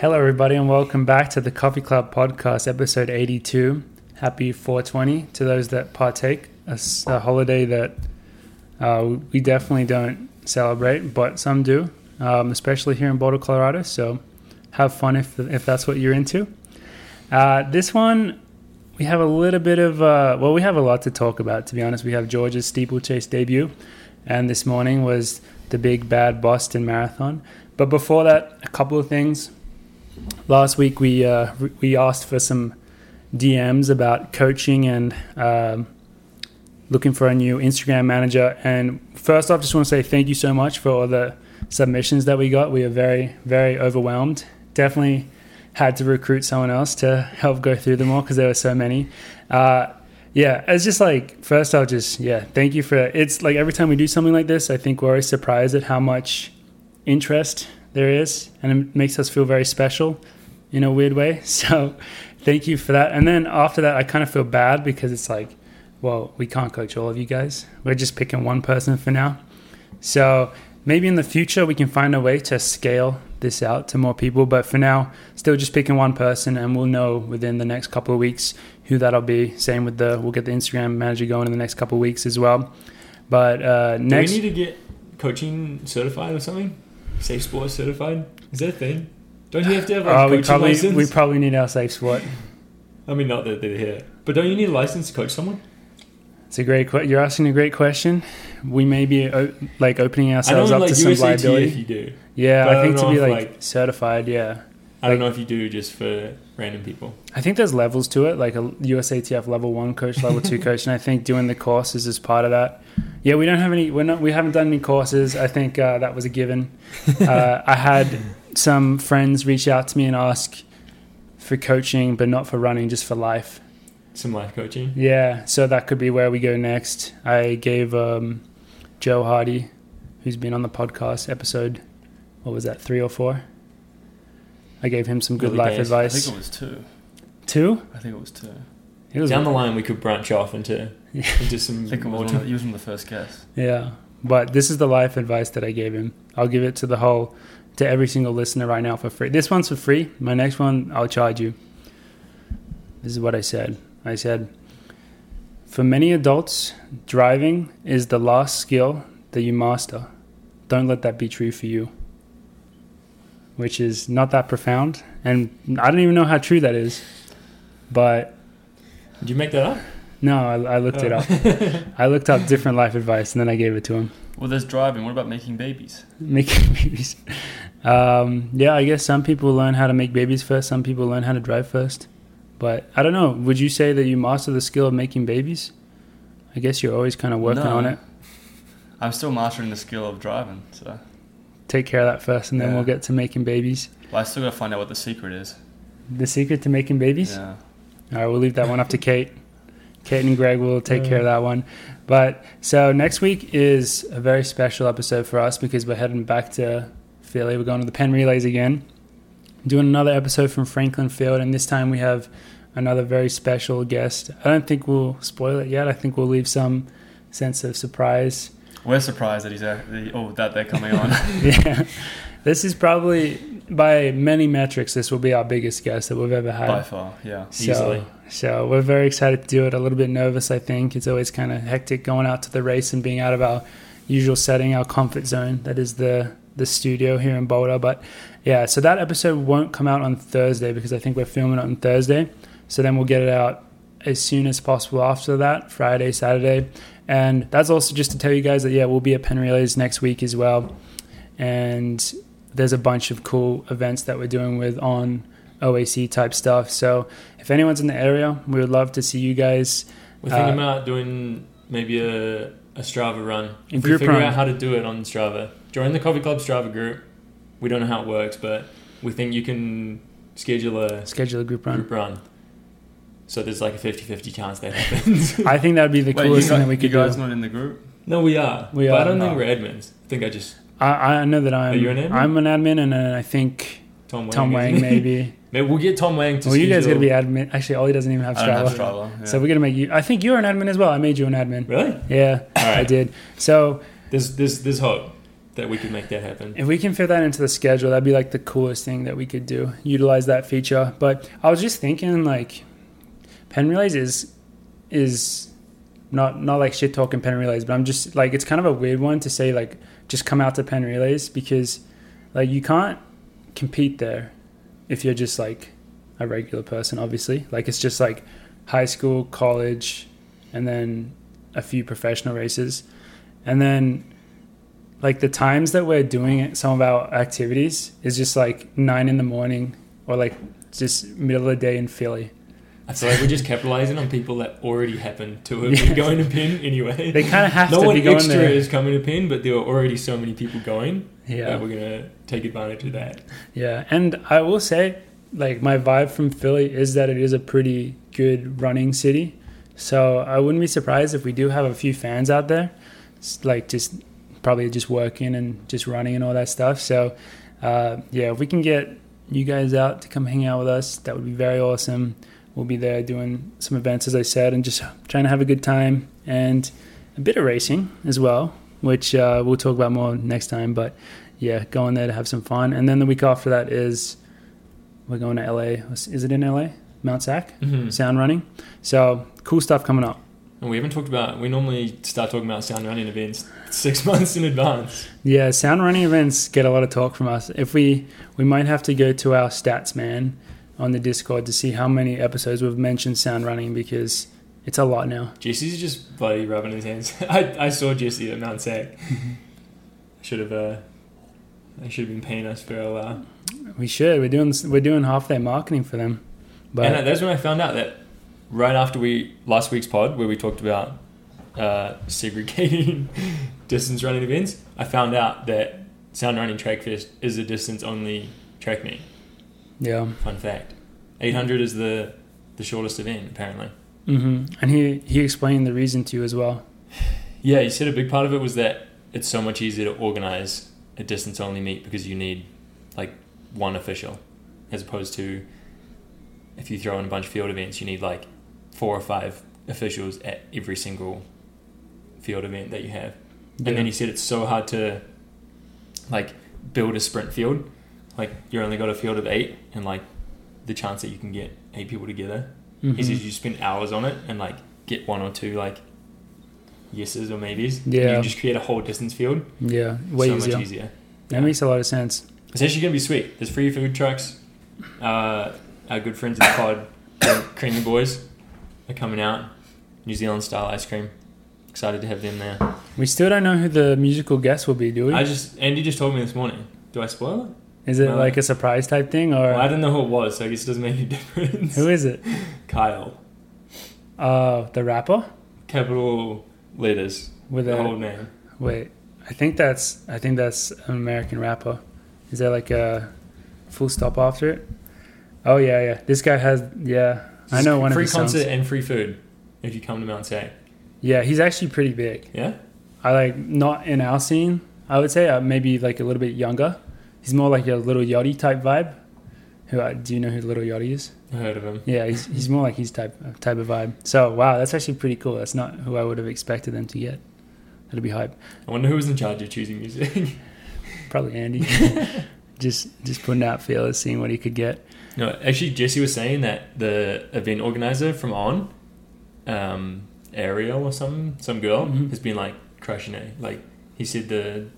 Hello, everybody, and welcome back to the Coffee Club Podcast, episode 82. Happy 420 to those that partake. It's a holiday that uh, we definitely don't celebrate, but some do, um, especially here in Boulder, Colorado. So have fun if, if that's what you're into. Uh, this one, we have a little bit of, uh, well, we have a lot to talk about, to be honest. We have Georgia's steeplechase debut, and this morning was the big bad Boston Marathon. But before that, a couple of things last week we uh, we asked for some DMs about coaching and um, looking for a new Instagram manager. And first off, just want to say thank you so much for all the submissions that we got. We are very very overwhelmed. Definitely had to recruit someone else to help go through them all because there were so many. Uh, yeah, it's just like first I'll just yeah, thank you for it's like every time we do something like this, I think we're always surprised at how much interest there is, and it makes us feel very special in a weird way. So, thank you for that. And then after that, I kind of feel bad because it's like, well, we can't coach all of you guys. We're just picking one person for now. So, maybe in the future, we can find a way to scale this out to more people. But for now, still just picking one person, and we'll know within the next couple of weeks who that'll be. Same with the, we'll get the Instagram manager going in the next couple of weeks as well. But uh, Do next. we need to get coaching certified or something? Safe sports certified? Is that a thing? Don't you have to have like, a uh, we coaching probably license? we probably need our safe spot. I mean, not that they're here, but don't you need a license to coach someone? It's a great. Que- you're asking a great question. We may be o- like opening I know ourselves in up like to some USAT if liability. you do. Yeah, but I I think don't to be know if, like, certified. Yeah, I don't know if you do just for random people. I think there's levels to it, like a USATF level one coach, level two coach, and I think doing the courses is part of that. Yeah, we don't have any. We're not. We haven't done any courses. I think uh, that was a given. Uh, I had some friends reach out to me and ask for coaching, but not for running, just for life. Some life coaching. Yeah, so that could be where we go next. I gave um, Joe Hardy, who's been on the podcast episode, what was that, three or four? I gave him some good Early life days. I think advice. it was two. Two? I think it was two. It was Down the line, we could branch off into Yeah. into some I think it more. was. One, he was from the first guess. yeah, but this is the life advice that I gave him. I'll give it to the whole, to every single listener right now for free. This one's for free. My next one, I'll charge you. This is what I said. I said, for many adults, driving is the last skill that you master. Don't let that be true for you. Which is not that profound. And I don't even know how true that is. But Did you make that up? no, I, I looked it Oh. up. I looked up different life advice and then I gave it to him. Well, there's driving. What about making babies? making babies. Um, yeah, I guess some people learn how to make babies first. Some people learn how to drive first. But I don't know. Would you say that you master the skill of making babies? I guess you're always kind of working No. on it. I'm still mastering the skill of driving, so Take care of that first, and then Yeah. we'll get to making babies. well, I still gotta find out what the secret is. The secret to making babies. Yeah. All right, we'll leave that one up to Kate. Kate and Greg will take Yeah. care of that one. But so next week is a very special episode for us because we're heading back to Philly. We're going to the Penn Relays again, doing another episode from Franklin Field, and this time we have another very special guest. I don't think we'll spoil it yet. I think we'll leave some sense of surprise. We're surprised that he's act- that he- oh that they're coming on. yeah, this is probably by many metrics. This will be our biggest guest that we've ever had. By far, yeah. So, Easily. So we're very excited to do it. A little bit nervous, I think. It's always kind of hectic going out to the race and being out of our usual setting, our comfort zone. That is the the studio here in Boulder. But yeah, so that episode won't come out on Thursday because I think we're filming it on Thursday. So then we'll get it out as soon as possible after that, Friday, Saturday. And that's also just to tell you guys that yeah, we'll be at Penn Relays next week as well. And there's a bunch of cool events that we're doing with on OAC type stuff. So if anyone's in the area, we would love to see you guys. We're thinking Uh, about doing maybe a, a Strava run. A If group we figure run. out how to do it on Strava, join the Coffee Club Strava group. We don't know how it works, but we think you can schedule a Schedule a group run. group run. So there's like a 50-50 chance that happens. I think that'd be the Wait, you, coolest guys, thing that we you could guys do. not in the group? no, we are. We but are. I don't Ah. think we're admins. I think I just I, I know that I'm. you an admin? I'm an admin, and uh, I think Tom Wang. Tom Wang isn't it? maybe. Maybe we'll get Tom Wang to well, you guys schedule- gotta be admin. Actually, Ollie doesn't even have I don't Strava, have Strava. Yeah. so we're gonna make you. I think you're an admin as well. I made you an admin. Really? Yeah, All I right. did. So There's, there's, there's hope. that we could make that happen. If we can fit that into the schedule, that'd be like the coolest thing that we could do. Utilize that feature. But I was just thinking, like, pen relays is is not not like shit talking pen relays, but I'm just like it's kind of a weird one to say like just come out to pen relays because like you can't compete there if you're just like a regular person. Obviously, like it's just like high school, college, and then a few professional races, and then like the times that we're doing it, some of our activities is just like nine in the morning or like just middle of the day in Philly. I feel like we're just capitalizing on people that already happened to have Yeah. been going to pin anyway. They kind of have no to one be going extra there. is coming to pin, but there were already so many people going. yeah, that we're gonna take advantage of that. yeah. And I will say, like my vibe from Philly is that it is a pretty good running city, so I wouldn't be surprised if we do have a few fans out there, It's like just probably just working and just running and all that stuff. So uh, yeah, if we can get you guys out to come hang out with us, that would be very awesome. We'll be there doing some events, as I said, and just trying to have a good time and a bit of racing as well, which uh, we'll talk about more next time. But yeah, going there to have some fun. And then the week after that is we're going to LA. Is it in LA? Mount Sac? Mm. Sound running. So cool stuff coming up. And we haven't talked about. We normally start talking about sound running events six months in advance. Yeah, sound running events get a lot of talk from us. If we we might have to go to our stats man on the Discord to see how many episodes we've mentioned sound running because it's a lot now. Jesse's just bloody rubbing his hands. I, I saw Jesse at Mount Sac. Mm-hmm. should have. Uh, they should have been paying us for uh, a while. We should. We're doing we're doing half their marketing for them. But and uh, that's when I found out that right after we last week's pod where we talked about uh, segregating distance running events, I found out that Sound Running Trackfest is a distance only track meet. yeah. Fun fact: eight hundred is the the shortest event apparently. hmm And he he explained the reason to you as well. Yeah, you said a big part of it was that it's so much easier to organize a distance only meet because you need like one official as opposed to if you throw in a bunch of field events, you need like four or five officials at every single field event that you have. Yeah. And then he said it's so hard to like build a sprint field. Like you're only got a field of eight and like the chance that you can get eight people together Mhm. he says you spend hours on it and like get one or two like yeses or maybes. and Yeah. you just create a whole distance field. Yeah, way so easier. much easier. That makes a lot of sense. It's actually gonna be sweet. There's free food trucks. Uh, our good friends at the pod, the Creamy Boys, are coming out. New Zealand style ice cream. Excited to have them there. We still don't know who the musical guest will be, do we? I just Andy just told me this morning. Do I spoil it? is it no. like a surprise type thing or Well, I don't know who it was, so I guess it doesn't make any difference. who is it? Kyle. Uh, the rapper Capital letters. with The a whole name. wait. I think that's I think that's an American rapper. Is there like a full stop after it? Oh yeah, yeah. This guy has yeah. I know one free of his concert songs. and free food if you come to Mount Sac. Yeah, he's actually pretty big. Yeah, I like not in our scene. I would say uh, maybe like a little bit younger. He's more like a little Yachty type vibe. Who uh, do you know who Little Yachty is? I heard of him. Yeah, he's, he's more like his type uh, type of vibe. So wow, that's actually pretty cool. That's not who I would have expected them to get. That'd be hype. I wonder who was in charge of choosing music. Probably Andy. just just putting out feelers, seeing what he could get. no, actually, Jesse was saying that the event organizer from On, um, Ariel or some some girl, Mhm. has been like crushing it. Like he said, the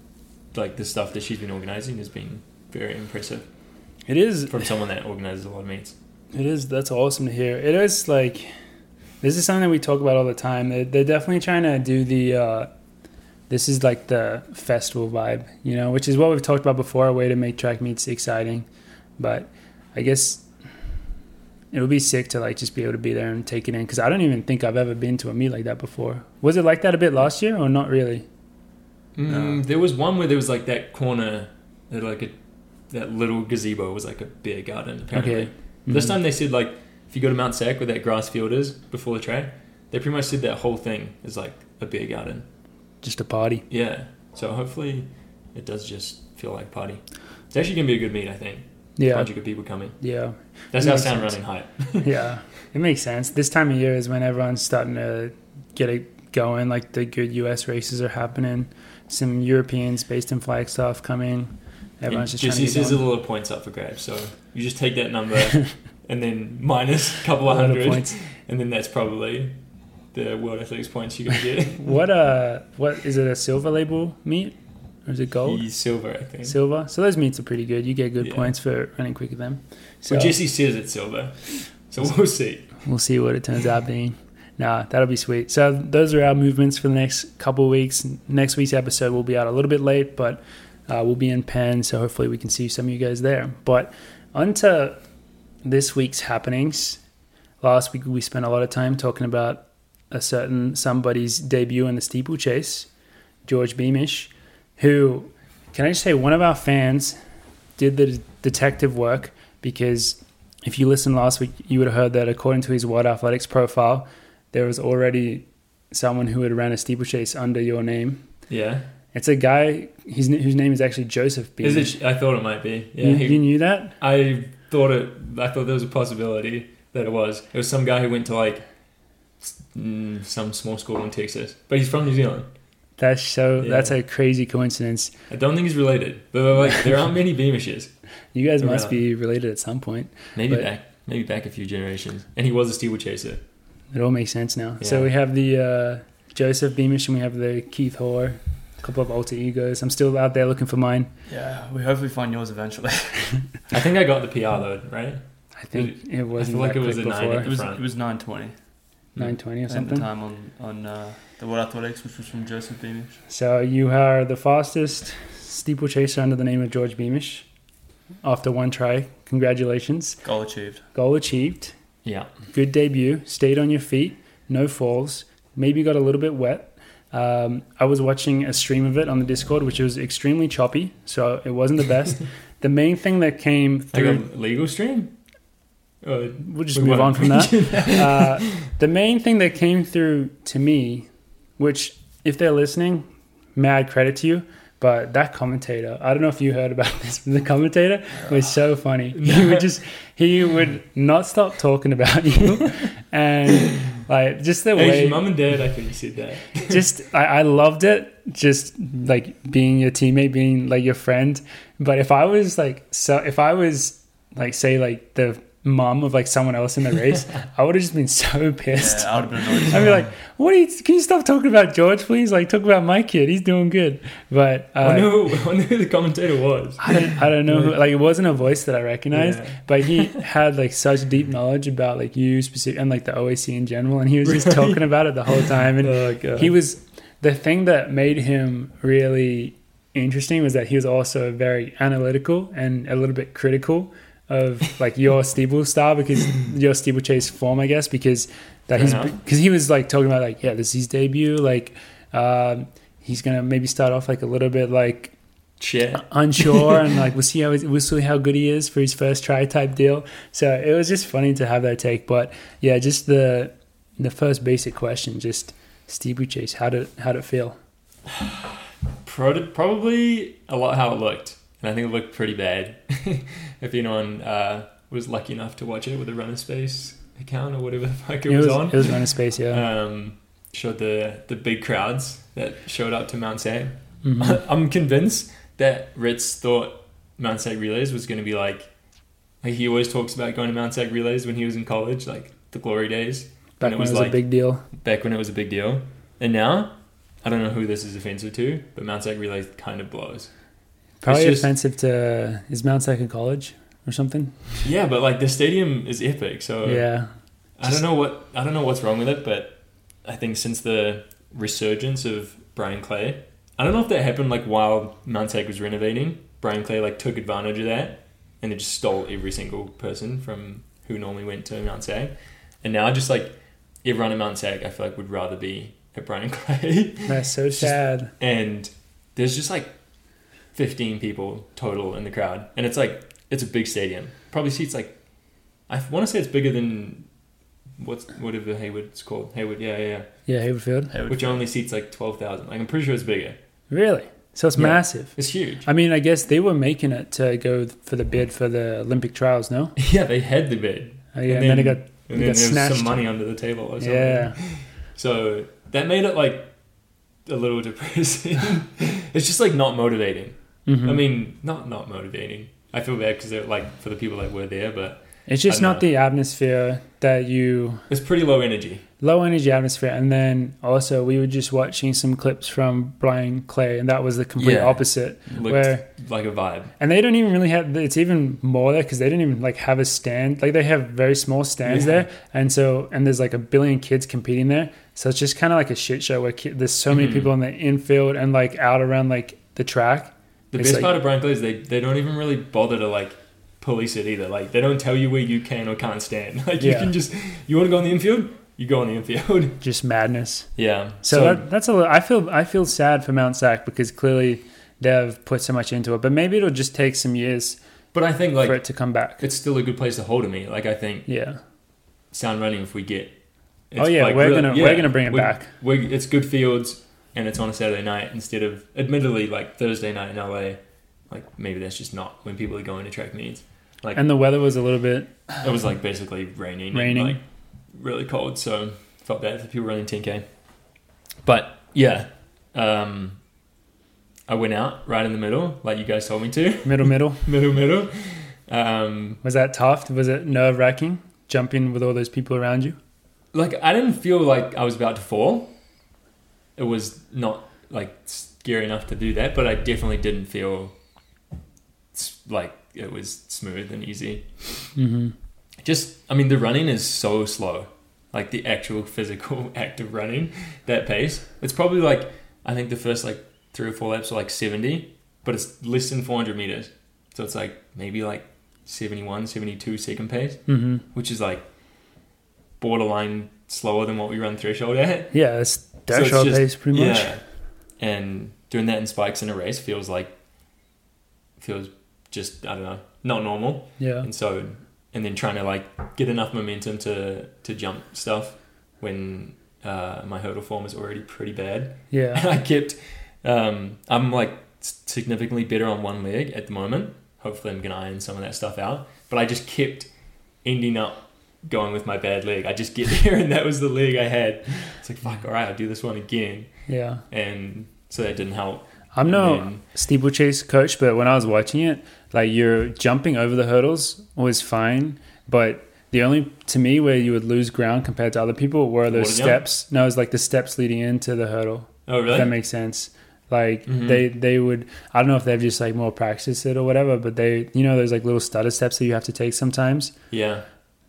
like the stuff that she's been organizing has been very impressive It is from someone that organizes a lot of meets. it is that's awesome to hear. It is like this is something we talk about all the time. They're, they're definitely trying to do the uh, this is like the festival vibe, you know, which is what we've talked about before. A way to make track meets exciting, but I guess it would be sick to like just be able to be there and take it in because I don't even think I've ever been to a meet like that before. Was it like that a bit last year or not really? Mm, There was one where there was like that corner, that like a that little gazebo was like a beer garden apparently. Okay. This Mhm. time they said like if you go to Mount Sac where that grass field is before the track, they pretty much said that whole thing is like a beer garden. Mm-hmm. just a party. Yeah. So hopefully it does just feel like party. It's actually gonna be a good meet, I think. A Yeah, bunch of good people coming. yeah. That's That our makes sound sense. running hype. yeah, it makes sense. This time of year is when everyone's starting to get it going. Like the good U.S. races are happening, some Europeans based in Flagstaff coming. Everyone's just Jesse trying to get says a on. lot of points up for grabs, so you just take that number and then minus a couple A of lot of hundred, points. and then that's probably the World Athletics points you're gonna get. What uh, what is it? A silver label meet or is it gold? He's silver, I think. Silver. So those meets are pretty good. You get good Yeah. points for running quick with them. So Well, Jesse says it's silver, so we'll see. we'll see what it turns out being. Nah, that'll be sweet. So those are our movements for the next couple of weeks. Next week's episode will be out a little bit late, but uh, we'll be in Penn, so hopefully we can see some of you guys there. But onto this week's happenings. Last week we spent a lot of time talking about a certain somebody's debut in the steeplechase, George Beamish, who can I just say one of our fans did the detective work because if you listened last week, you would have heard that according to his World Athletics profile, there was already someone who had ran a steeplechase under your name. Yeah, It's a guy his, whose name is actually Joseph B. is it? I thought it might be. Yeah, you, he- you knew that? I thought it. I thought there was a possibility that it was. It was some guy who went to like s- mm, some small school in Texas, but he's from New Zealand. That's so. Yeah. That's a crazy coincidence. I don't think he's related, but like there aren't many Beamishes. You guys Right. must be related at some point. Maybe But- back, maybe back a few generations. And he was a steeple chaser. It all makes sense now. So Yeah. we have the uh, Joseph Beamish and we have the Keith Hoare, a couple of alter egos. I'm still out there looking for mine. Yeah, we hope we find yours eventually. I think I got the PR though, right? I think it wasn't feel like that it was quick a nine. before it was Front. it was nine twenty. nine twenty I or think the something. time on on uh, the World Athletics, which was from Joseph Beamish. So you are the fastest steeplechaser under the name of George Beamish. After one try, congratulations. Goal achieved. Goal achieved. Yeah. Good debut. Stayed on your feet. No falls. Maybe got a little bit wet. Um, I was watching a stream of it on the Discord, which was extremely choppy, so it wasn't the best. the main thing that came Like through. a legal stream? Uh, We'll just we move on won't. from that. uh, the main thing that came through to me, which if they're listening, mad credit to you. But that commentator, I don't know if you heard about this, but the commentator was so funny. He would just he would not stop talking about you, and like just the Actually, way, mum and dad, I could have said that. just I, I loved it. Just like being your teammate, being like your friend. But if I was like so, if I was like say like the mom of like someone else in the race, I would have just been so pissed. Yeah, I would have been annoyed. I'd be like, "What? Are you, can you stop talking about George, please? Like, talk about my kid. He's doing good." But I, uh, know, I know who the commentator was. I don't, I don't know. Who, like, it wasn't a voice that I recognized, Yeah. but he had like such deep knowledge about like you specific and like the OAC in general, and he was just talking about it the whole time. And Oh, God. he was the thing that made him really interesting was that he was also very analytical and a little bit critical of like your steeple style because your steeplechase form, I guess, because that Fair he's enough. because he was like talking about like yeah, this is his debut, like um, he's gonna maybe start off like a little bit like Shit. unsure and like we'll see how he's- we'll see how good he is for his first try type deal. So it was just funny to have that take, but yeah, just the the first basic question, just steeplechase, how did how did it feel? Pro- probably a lot how it looked, and I think it looked pretty bad. if anyone uh, was lucky enough to watch it with a runner space account or whatever the fuck it, was, on, It was running space, yeah. um, showed the the big crowds that showed up to Mount Sag. Mhm. I'm convinced that Ritz thought Mount Sag Relays was going to be like, like he always talks about going to Mount Sag Relays when he was in college, like the glory days Back it when was it was a like- big deal. back when it was a big deal, and now. I don't know who this is offensive to, but Mount Sag Relays kind of blows. Probably just- offensive to is Mount Second College or something. Yeah, but like the stadium is epic, so yeah. I don't know what I don't know what's wrong with it, but I think since the resurgence of Brian Clay, I don't know if that happened like while Mount Sag was renovating. Brian Clay like took advantage of that, and they just stole every single person from who normally went to Mount Sag, and now just like everyone in Mount Sag, I feel like would rather be at Brian Clay, That's so just- sad. and there's just like 15 people total in the crowd, and it's like it's a big stadium, probably seats like I want to say it's bigger than what's whatever Hayward's called. Hayward, yeah, yeah, yeah. Yeah, Hayward Field. Hayward Which only seats like twelve thousand. Like I'm pretty sure it's bigger. Really? So it's Yeah. massive. It's huge. I mean, I guess they were making it to go for the bid for the Olympic trials, no? Yeah, they had the bid, Uh, yeah, and then, it got and it then got there was snatched. some money under the table or something. yeah. So that made it like a little depressing. it's just like not motivating. Mhm. I mean, not not motivating. I feel bad because they're like for the people that were there, but it's just I know. not the atmosphere that you it's pretty low energy. low energy atmosphere. And then also, we were just watching some clips from Brian Clay, and that was the complete Yeah. opposite. Looked Where like a vibe. and they don't even really have. It's even more there because they don't even like have a stand. Like they have very small stands Yeah. there, and so and there's like a billion kids competing there. So it's just kind of like a shit show where ki- there's so many Mhm. people in the infield and like out around like the track. The It's like- best part of Brian Clay is they, they don't even really bother to like police it either. Like they don't tell you where you can or can't stand. Like you Yeah. can just you want to go on the infield, you go on the infield. Just madness. yeah. So, that, that's a little. I feel I feel sad for Mount Sac because clearly they've put so much into it, but maybe it'll just take some years but I think like for it to come back. it's still a good place to hold to me. Like I think Yeah. sound running if we get. Oh, yeah, we're gonna- we're gonna bring it we- back. We, it's good fields, and it's on a Saturday night instead of, admittedly, like Thursday night in LA. Like maybe that's just not when people are going to track meets. Like And the weather was a little bit. it was like basically raining, Raining. and, like really cold. So felt bad for people running 10k. But yeah, um, I went out right in the middle, like you guys told me to, Middle, middle. middle, middle. Um, Was that tough? Was it nerve wracking jumping with all those people around you? like I didn't feel like I was about to fall. It was not like scary enough to do that, but I definitely didn't feel s- like it was smooth and easy. Mm-hmm. Just, I mean, the running is so slow. Like the actual physical act of running that pace. It's probably like, I think the first like three or four laps are like 70, but it's less than 400 meters. So it's like maybe like 71, 72 second pace, Mm-hmm. which is like borderline slower than what we run threshold at. Yeah, it's So dash it's so just- pace pretty much. Yeah. And doing that in spikes in a race feels like feels just I don't know, not normal. Yeah. And so and then trying to like get enough momentum to to jump stuff when uh, my hurdle form is already pretty bad. Yeah. And I kept um, I'm like significantly better on one leg at the moment. Hopefully I'm gonna iron some of that stuff out. But I just kept ending up going with my bad leg. I just get there and that was the leg I had. It's like fuck, alright, I'll do this one again Yeah. and so that didn't help. I'm And no then- steeplechase coach, but when I was watching it, like your jumping over the hurdles was fine, but the only to me where you would lose ground compared to other people were The those water jump? steps. No, it was like the steps leading into the hurdle. oh If that really? makes sense. Like Mhm. they they would I don't know if they've just like more practiced it or whatever, but they you know those like little stutter steps that you have to take sometimes. Yeah,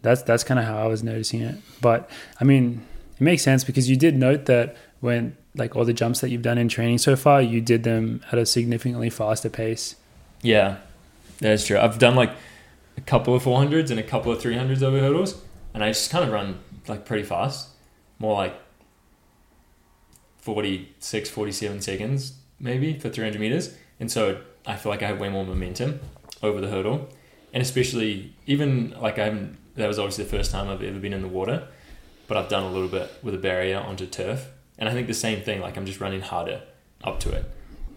That's that's kind of how I was noticing it. But I mean, it makes sense because you did note that when like all the jumps that you've done in training so far, you did them at a significantly faster pace. yeah, that's true. I've done like a couple of 400s and a couple of 300s over hurdles, and I just kind of run like pretty fast, more like 46, 47 seconds maybe for 300 meters, and so I feel like I have way more momentum over the hurdle, and especially even like I haven't. That was obviously the first time I've ever been in the water, but I've done a little bit with a barrier onto turf, and I think the same thing. Like I'm just running harder up to it,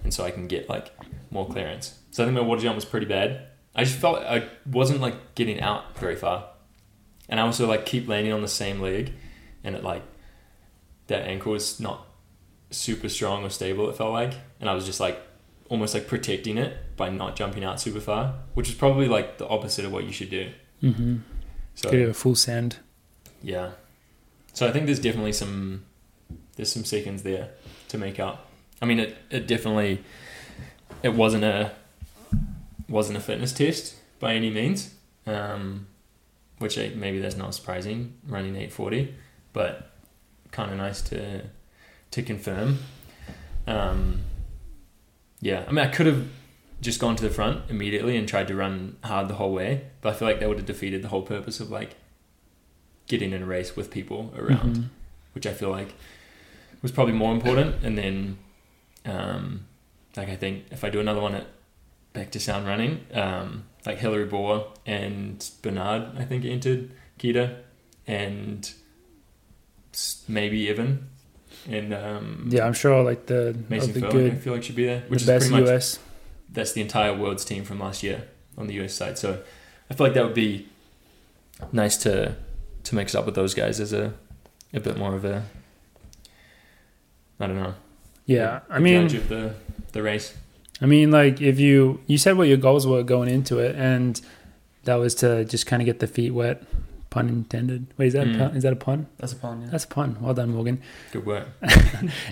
and so I can get like more clearance. So I think my water jump was pretty bad. I just felt I wasn't like getting out very far, and I also like keep landing on the same leg, and it like that ankle is not super strong or stable. It felt like, and I was just like almost like protecting it by not jumping out super far, which is probably like the opposite of what you should do. Mm-hmm. So Could do a full send. yeah. So I think there's definitely some there's some seconds there to make up. I mean it, it definitely it wasn't a wasn't a fitness test by any means. Um, which eh, maybe that's not surprising running 840, but kind of nice to to confirm. Um, yeah, I mean I could have just gone to the front immediately and tried to run hard the whole way, but I feel like that would have defeated the whole purpose of like getting in a race with people around, Mhm. which I feel like was probably more important. And then, um, like I think if I do another one at back to sound running, um, like Hillary Bohr and Bernard, I think entered Kita and s- maybe Evan and um, Yeah, I'm sure like the Mason of the Phil, I good, feel like should be there, the which is best pretty much US. that's the entire world's team from last year on the US side. So I feel like that would be nice to to mix up with those guys as a a bit more of a I don't know Yeah, the I mean, judge of the the race. I mean, like if you you said what your goals were going into it, and that was to just kind of get the feet wet, pun intended. Wait, is that a Mm. pun? Is that a pun? That's a pun, yeah. That's a pun. Well done, Morgan. Good work.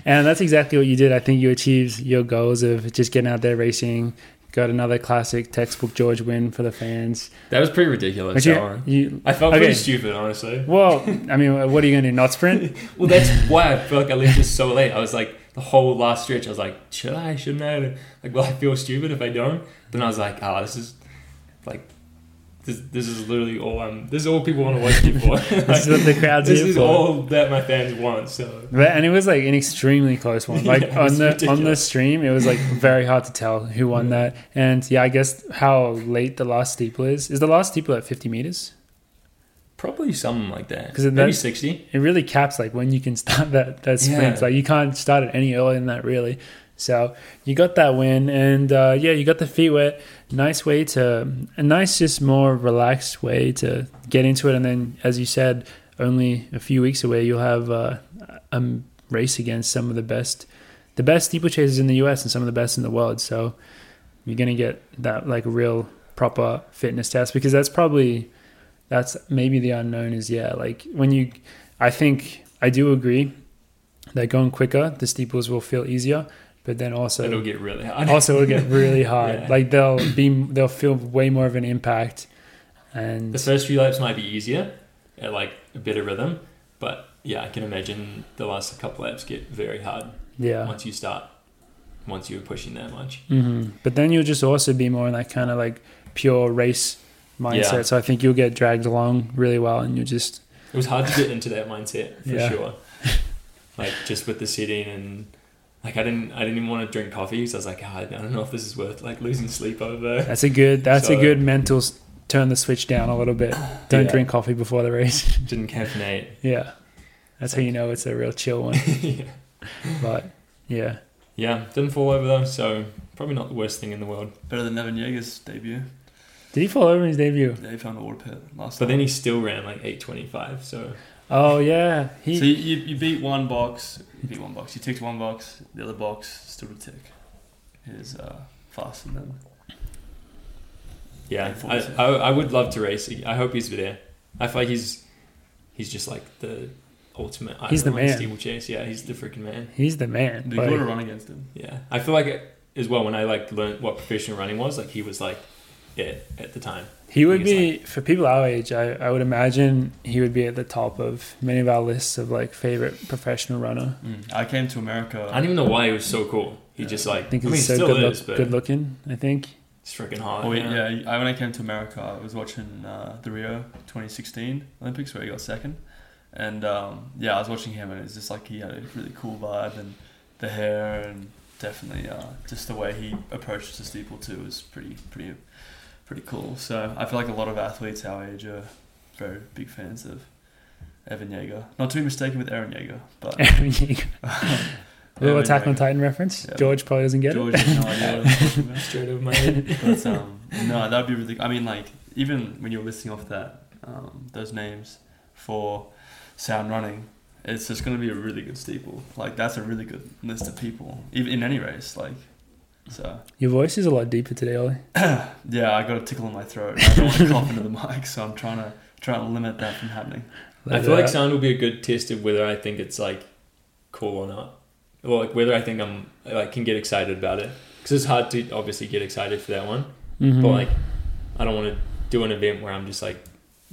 And that's exactly what you did. I think you achieved your goals of just getting out there racing. Got another classic textbook George win for the fans. That was pretty ridiculous. But you- that one. you- I felt Okay. pretty stupid, honestly. well, I mean, what are you going to do? Not sprint? Well, that's why I felt like I left this so late. I was like, the whole last stretch, I was like, should I? Shouldn't I? Like, will I feel stupid if I don't? Then I was like, ah, this is like, this, this is literally all I'm. This is all people want to watch me for. This is what the crowd's this here is for. all that my fans want. So But, and it was like an extremely close one. Like Yeah, it on was the on the ridiculous. stream, it was like very hard to tell who won that. And yeah, I guess how late the last steeple is. Is the last steeple at fifty meters? probably something like that. 'Cause it- Maybe that- sixty. It really caps like when you can start that that sprint. Yeah. Like you can't start it any earlier than that, really. So you got that win, and uh, yeah, you got the feet wet. Nice way to a nice, just more relaxed way to get into it. And then, as you said, only a few weeks away, you'll have uh, a m- race against some of the best, the best steeplechasers in the U.S. and some of the best in the world. So you're gonna get that like real proper fitness test because that's probably that's maybe the unknown is yeah like when you I think I do agree that going quicker the steeples will feel easier but then also It'll get really hard. also it'll get really hard Yeah. like they'll be they'll feel way more of an impact and The first few laps might be easier at like a better rhythm, but yeah, I can imagine the last couple laps get very hard yeah once you start, once you're pushing that much. hmm but then you'll just also be more in that kind of like pure race mindset Yeah. so I think you'll get dragged along really well and you'll just It was hard to get into that mindset for Yeah. sure. Like just with the sitting and like I didn't, I didn't even want to drink coffee because I was like, "Ah, I don't know if this is worth like losing sleep over. that's a good that's a So- good mental s- turn the switch down a little bit don't Yeah. drink coffee before the race Didn't caffeinate. Yeah. That's how you know it's a real chill one. yeah. But yeah. yeah, didn't fall over though, so probably not the worst thing in the world. Better than Nevin Yeager's debut. Did he fall over in his debut? They found a water pit last But then night. he still ran like eight twenty-five. So Oh yeah. He so you, you, you beat one box, you beat one box, you ticked one box, the other box still to tick. It is uh, faster than Yeah, I, Unfortunately. I, I would love to race. I hope he's there. I feel like he's he's just like the ultimate. He's the idol in man. Steeple chase. Yeah, he's the freaking man. he's the man. They Like, got to run against him. Yeah, I feel like it, as well when I like learned what professional running was. Like he was like it at the time. he would be He's for people our age, I, I would imagine he would be at the top of many of our lists of like favorite professional runner. Mm. I came to America. I don't even know why he was so cool. He just like I think I he's mean, so still good, look, is, but good looking, I think. it's freaking hard. Oh, wait, yeah. yeah. I, when I came to America, I was watching uh, the Rio 2016 Olympics where he got second. And um, yeah, I was watching him, and it's just like he had a really cool vibe, and the hair, and definitely uh, just the way he approached the steeple too was pretty, pretty, pretty cool. So I feel like a lot of athletes our age are very big fans of Evan Yeager. Not to be mistaken with Aaron Yeager, but Little Evan Attack on Yeager. Titan reference. Yeah. George probably doesn't get George has no idea what I'm talking about. Straight over my head. But um, no, that'd be really. I mean, like even when you're listing off that um, those names for sound running, it's just going to be a really good steeple. Like that's a really good list of people, even in any race. Like, so it. Your voice is a lot deeper today, Ollie. yeah, I got a tickle in my throat. I don't want to cough into the mic, so I'm trying to trying to limit that from happening. I Let feel it like out. sound will be a good test of whether I think it's like cool or not, or like whether I think I'm like can get excited about it. Because it's hard to obviously get excited for that one, Mhm. but Hmm. like I don't want to do an event where I'm just like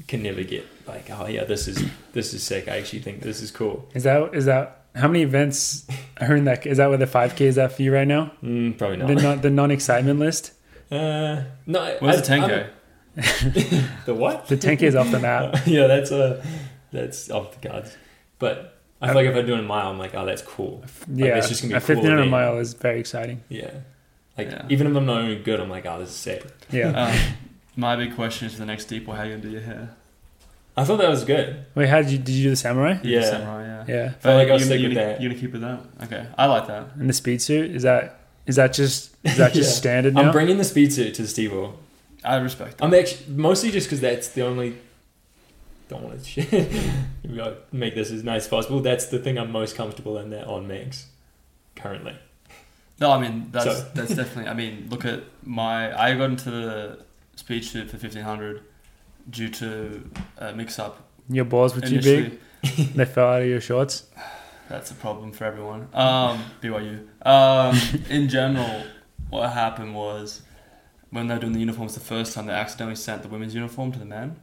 can never get like oh yeah this is this is sick. I actually think this is cool. Mm-hmm. Is that is that how many events are in that is that where the five K is at for you right now? Mm, probably The not. non the non excitement list. uh, no, I- Where's I- the ten I'm- k? The what? The ten K is off the map. yeah, that's uh that's off the cards. But I feel like if I do it in a mile, I'm like oh that's cool. Yeah, it's just gonna be a cool fifteen hundred event. mile is very exciting. Yeah. Like Yeah. even if I'm not only good, I'm like, oh, this is sick. Yeah. Um, my big question is for the next steeple: How you gonna do your hair? I thought that was good. Wait, how did you did you do the samurai? You do Yeah. samurai, yeah. Yeah, Felt like I you, was sick you, with gonna- that. you gonna keep with that? Okay, I like that. and the speed suit is that is that just is that just Yeah. standard now? I'm bringing the speed suit to Steve O. I respect that. I'm actually mostly just because that's the only. Don't want to shit. we gotta make this as nice as possible. That's the thing I'm most comfortable in. That on Max, currently. No, I mean that's So- that's definitely. I mean, look at my. I got into the speed shoot for fifteen hundred due to a mix up Your balls were too initially. big. They fell out of your shorts. That's a problem for everyone. Um, BYU. Um, in general, what happened was when they were doing the uniforms the first time, they accidentally sent the women's uniform to the men.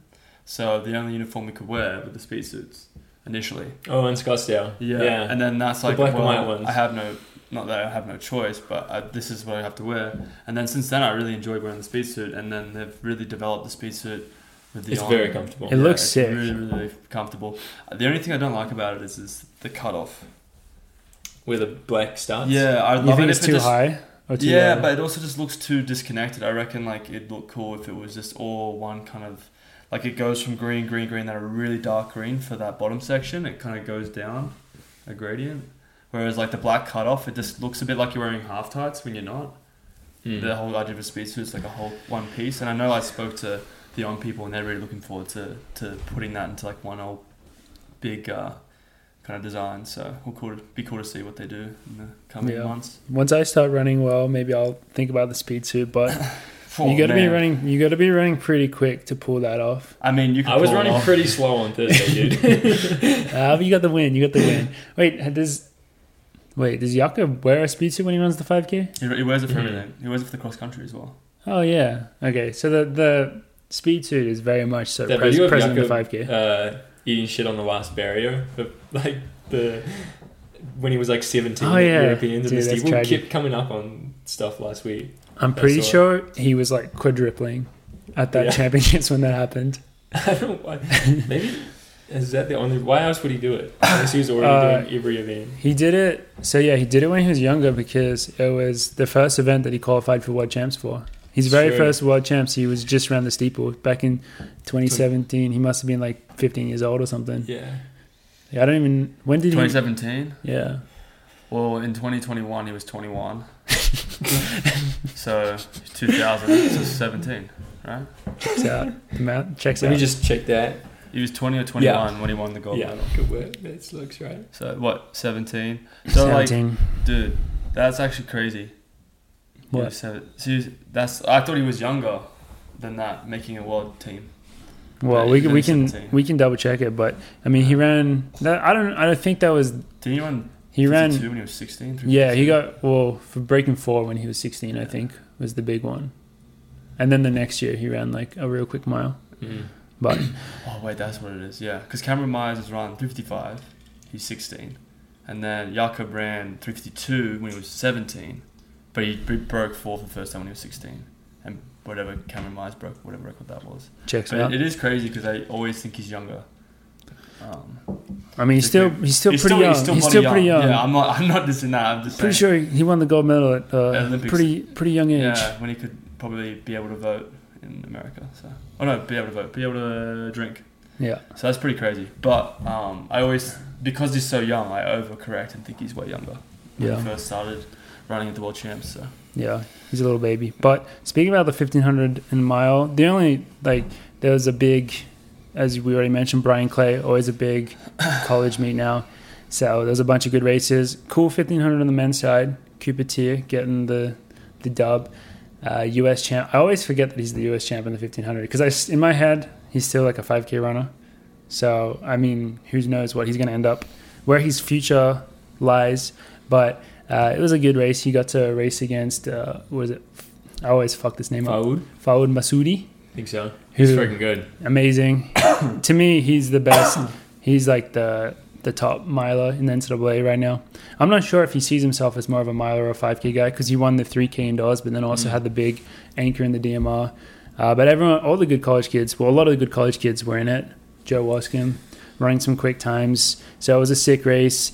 So the only uniform we could wear were the speed suits initially. Oh, and Scottsdale. yeah. And then that's The like, black and well, white ones. I have no, not that I have no choice, but I, this is what I have to wear. And then since then, I really enjoyed wearing the speed suit, and then they've really developed the speed suit with the It's on- very comfortable. It looks it's sick. Really, really comfortable. The only thing I don't like about it is, is the cutoff. With a black starts. Yeah, I love You think it it's if it too just- high or Oh, too Yeah, low? but it also just looks too disconnected. I reckon like it'd look cool if it was just all one kind of like it goes from green, green, green, then a really dark green for that bottom section. It kind of goes down a gradient. Whereas like the black cutoff, it just looks a bit like you're wearing half tights when you're not. Hmm. Mm. The whole idea of a speed suit is like a whole one piece. And I know I spoke to the on people and they're really looking forward to, to putting that into like one whole big uh, kind of design. So it'll cool, be cool to see what they do in the coming Yeah. months. Once I start running well, maybe I'll think about the speed suit. But Oh, you got to be man. running. You got to be running pretty quick to pull that off. I mean, you could I was pull it running off. pretty slow on Thursday, dude. Ah, but you got the win. You got the win. Wait, uh, does wait does Jakob wear a speed suit when he runs the five k? He, he wears it for Mhm. everything. He wears it for the cross country as well. Oh yeah. Okay, so the the speed suit is very much so That pres- video of present in the Jakob, five k. uh, eating shit on the last barrier, the, like the when he was like seventeen. Oh, the yeah. Europeans Dude, and that's these people tragic. kept coming up on stuff last week. I'm pretty saw it. sure he was like quadrupling at that Yeah. championships when that happened. I don't know why. Maybe is that the only? Why else would he do it? Unless he was already Uh, doing every event. He did it. So yeah, he did it when he was younger because it was the first event that he qualified for world champs for. His very Sure. first world champs, he was just around the steeple back in 2017. He must have been like 15 years old or something. Yeah, Yeah, I don't even. When did he? 2017. Yeah. Well, in 2021, he was 21. so 2000, so 17, right? Checks out. The math checks let me out. just check that. He was 20 or 21 when he won the gold yeah, medal. good work. That looks right. So what? 17. So like, 17. dude, that's actually crazy. He What? was seven- so he was- that's. I thought he was younger than that, making a world team. Well, Yeah, we he's can we only can 17. we can double check it, but I mean, he ran. That, I don't. I don't think that was. Didn't he run? He ran. 52 when he was 16. Yeah, he 52? got well for breaking four when he was sixteen. I Yeah. think was the big one, and then the next year he ran like a real quick mile. Mm. But Oh wait, that's what it is. Yeah, because Cameron Myers is around 355. He's 16, and then Jakob ran 352 when he was 17, but he b- broke four for the first time when he was 16, and whatever Cameron Myers broke, whatever record that was. checks But out. it is crazy because I always think he's younger. Um, I mean, he's Just still like- he's still he's pretty young. he's He's still, bloody pretty young. Yeah, I'm not. I'm not dissing that. I'm just pretty saying. sure he he won the gold medal at uh, Olympics. pretty pretty young age. Yeah, when he could probably be able to vote in America. So, oh no, be able to vote, be able to drink. Yeah. So that's pretty crazy. But um, I always, because he's so young, I overcorrect and think he's way younger. When Yeah. he first started running at the World Champs. So. Yeah, he's a little baby. But speaking about the fifteen hundred and mile, the only like there was a big, as we already mentioned, Brian Clay always a big college meet now. So there's a bunch of good races. Cool fifteen hundred on the men's side. Cupertier getting the the dub. Uh, U.S. champ. I always forget that he's the U.S. champ in the fifteen hundred because I s- in my head he's still like a five k runner. So I mean, who knows what he's going to end up, where his future lies. But uh, it was a good race. He got to race against uh, what was it? I always fuck this name up. Faoud? Fawad Masoudi. think so. He's freaking good. Amazing. to me, he's the best. He's like the the top miler in the NCAA right now. I'm not sure if he sees himself as more of a miler or a 5K guy because he won the 3K indoors, but then also Mm. had the big anchor in the DMR. Uh, but everyone, all the good college kids, well, a lot of the good college kids were in it. Joe Wascom running some quick times. So it was a sick race.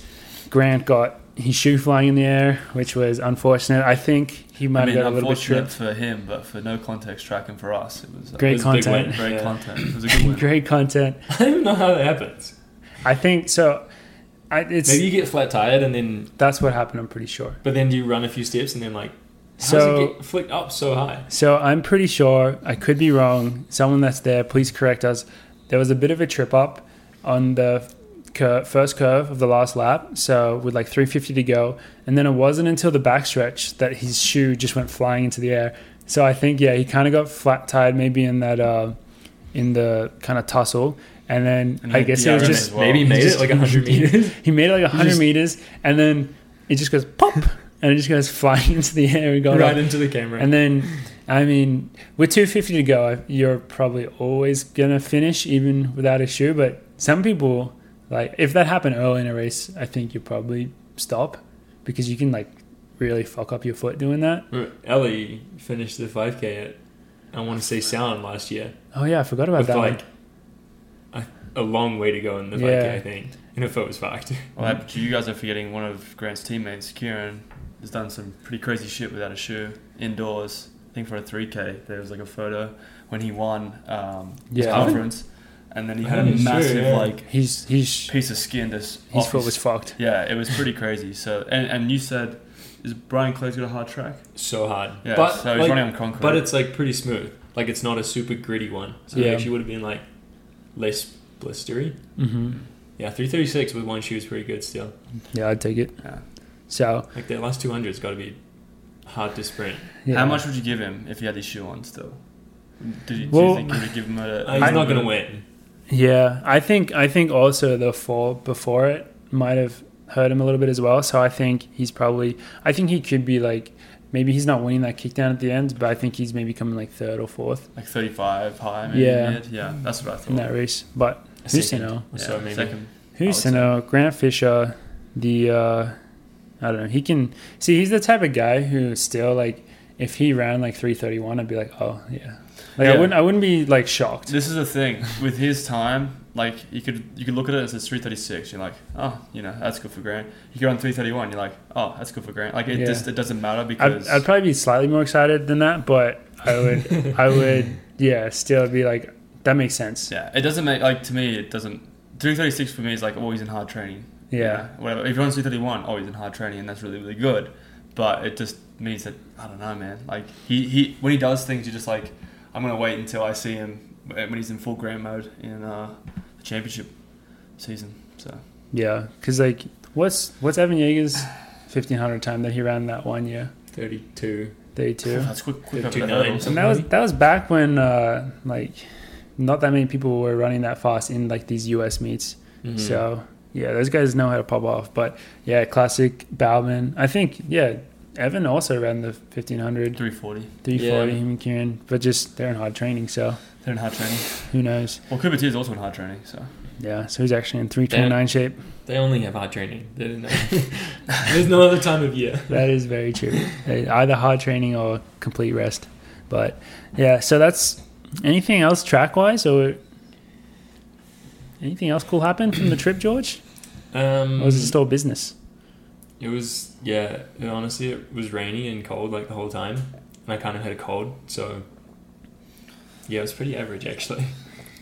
Grant got his shoe flying in the air, which was unfortunate. I think he might I mean, have got a little bit unfortunate tripped. for him, but for no context track and for us, it was uh, Great It was a big content. win. Great Yeah. content. It was a good win. Great content. I don't even know how that happens. I think so. I, it's Maybe you get flat tired and then, That's what happened. I'm pretty sure. but then do you run a few steps and then like, how does So- it get flicked up so high? So I'm pretty sure. I could be wrong. Someone that's there, please correct us. There was a bit of a trip up on the curve, first curve of the last lap, so with like 350 to go, and then it wasn't until the backstretch that his shoe just went flying into the air. So I think yeah, he kind of got flat tired maybe in that uh, in the kind of tussle, and then And I he- guess yeah, he was I remember just as well. maybe He made just- it like 100 meters. he made it like 100 just- meters, and then it just goes pop, and it just goes flying into the air and got up. right into the camera. And then, I mean, with 250 to go, you're probably always going to finish even without a shoe. But some people, like, if that happened early in a race, I think you probably stop because you can, like, really fuck up your foot doing that. Ellie finished the 5K at, I want to say, Sound last year. Oh, yeah, I forgot about With that. like one. a, a long way to go in the 5K, Yeah. I think. And her foot was fucked. Well, that- you guys are forgetting one of Grant's teammates, Kieran, has done some pretty crazy shit without a shoe indoors. I think for a 3K, there was like a photo when he won um, his Yeah. conference, and then he had a Without a shoe, massive yeah. like He's, he's, piece of skin just his off foot his- was fucked. yeah, it was pretty crazy. So and, and you said is Brian Clay's got a hard track? So hard. Yeah, but, so he's like, running on concrete. but it's like pretty smooth. Like it's not a super gritty one. So Yeah. it actually would have been like less blistery. hmm Yeah, 336 with one shoe is pretty good still. Yeah, I'd take it. Yeah. So, Like that last 200's got to be hard to sprint. yeah. How much would you give him if he had his shoe on still? Did you, do Well, you think you would give him a? He's not going to win. Yeah, I think I think also the fall before it might have hurt him a little bit as well. So I think he's probably I think he could be like maybe he's not winning that kickdown at the end, but I think he's maybe coming like third or fourth Like 35 high, maybe. Yeah. mid? yeah, that's what I thought. in that race. But A who's to second know? or Yeah, so maybe. second. Oh. I would Who's to know? Grant Fisher, the uh, I don't know. He can see he's the type of guy who still like if he ran like three thirty one, I'd be like, oh yeah. Like Yeah. I wouldn't I wouldn't be like shocked. This is the thing with his time. Like you could you could look at it as it's three thirty six. You're like, oh, you know, that's good for Grant. You go on three thirty one. You're like, oh, that's good for Grant. Like it Yeah. just it doesn't matter I'd, because I'd probably be slightly more excited than that, but I would, I would, yeah, still be like, that makes sense. yeah, it doesn't make like to me it doesn't. Three thirty six for me is like, oh, he's in hard training. Yeah, You know, whatever. If you're on three thirty one, oh, he's in hard training, and that's really really good. But it just means that I don't know, man. Like he he when he does things, you're just like, I'm gonna wait until I see him eh, when he's in full Grant mode in uh, the championship season. So yeah, because like, what's what's Evan Yeager's fifteen hundred time that he ran that one year, 32. day two, that's quick quick over 59. the hurdles. and that was that was back when uh, like, not that many people were running that fast in like these U.S. meets. Mhm. Mm-hmm. So yeah, those guys know how to pop off. But yeah, classic Bowman. I think yeah, Evan also ran the 1500, 340. 340, Yeah. him and Kieran, but just they're in hard training, so They're in hard training. who knows. Well, Cooper T is also in hard training, so. Yeah, so he's actually in 329 shape. They only have hard training. They didn't There's no other time of year. That is very true. Either hard training or complete rest. But yeah, so that's anything else track wise or anything else cool happened from the trip, George? Um, Or was it still business? It was yeah. It, honestly, it was rainy and cold like the whole time, and I kind of had a cold. So yeah, it was pretty average actually.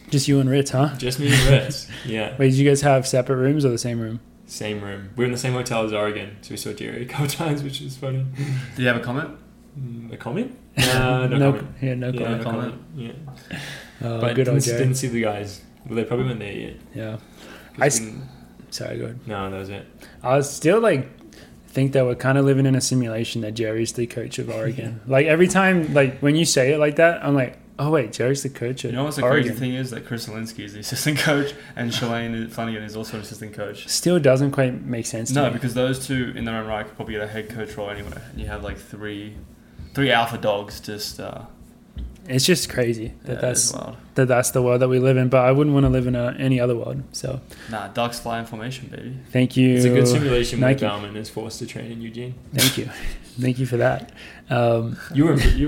Just you and Ritz, huh? Just me and Ritz. yeah, Wait, did you guys have separate rooms or the same room? same room. We were in the same hotel as Oregon, so we saw Jerry a couple times, which was funny. Did you have a comment? Mm, a comment? Uh, no, comment. Yeah, no yeah, comment. no comment. comment. Yeah, Oh, but good old didn't, Jerry. didn't see the guys. Well, they probably weren't there yet. 'cause Yeah. we I s- didn't- Sorry, go ahead. no, that was it. I was still like think that we're kind of living in a simulation that Jerry's the coach of Oregon. like every time, like when you say it like that, I'm like, oh wait, Jerry's the coach of You know what's the Oregon. crazy thing is that Chris Olinsky is the assistant coach and Shalane Flanagan is also an assistant coach. Still doesn't quite make sense. To No, me. because those two in their own right could probably get a head coach role anywhere. And you have like three three alpha dogs just. Uh, it's just crazy yeah, that it is that's wild. that that's the world that we live in. But I wouldn't want to live in a, any other world. So Nah, dogs fly in formation, baby. thank you. It's a good simulation when Nike. Bauman is forced to train in Eugene. Thank you, thank you for that. Um, You were you.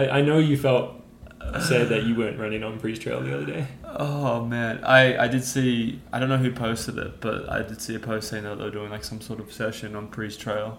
I, I know you felt sad that you weren't running on Breeze Trail the other day. Oh man, I, I did see I don't know who posted it, but I did see a post saying that they were doing like some sort of session on Priest Trail,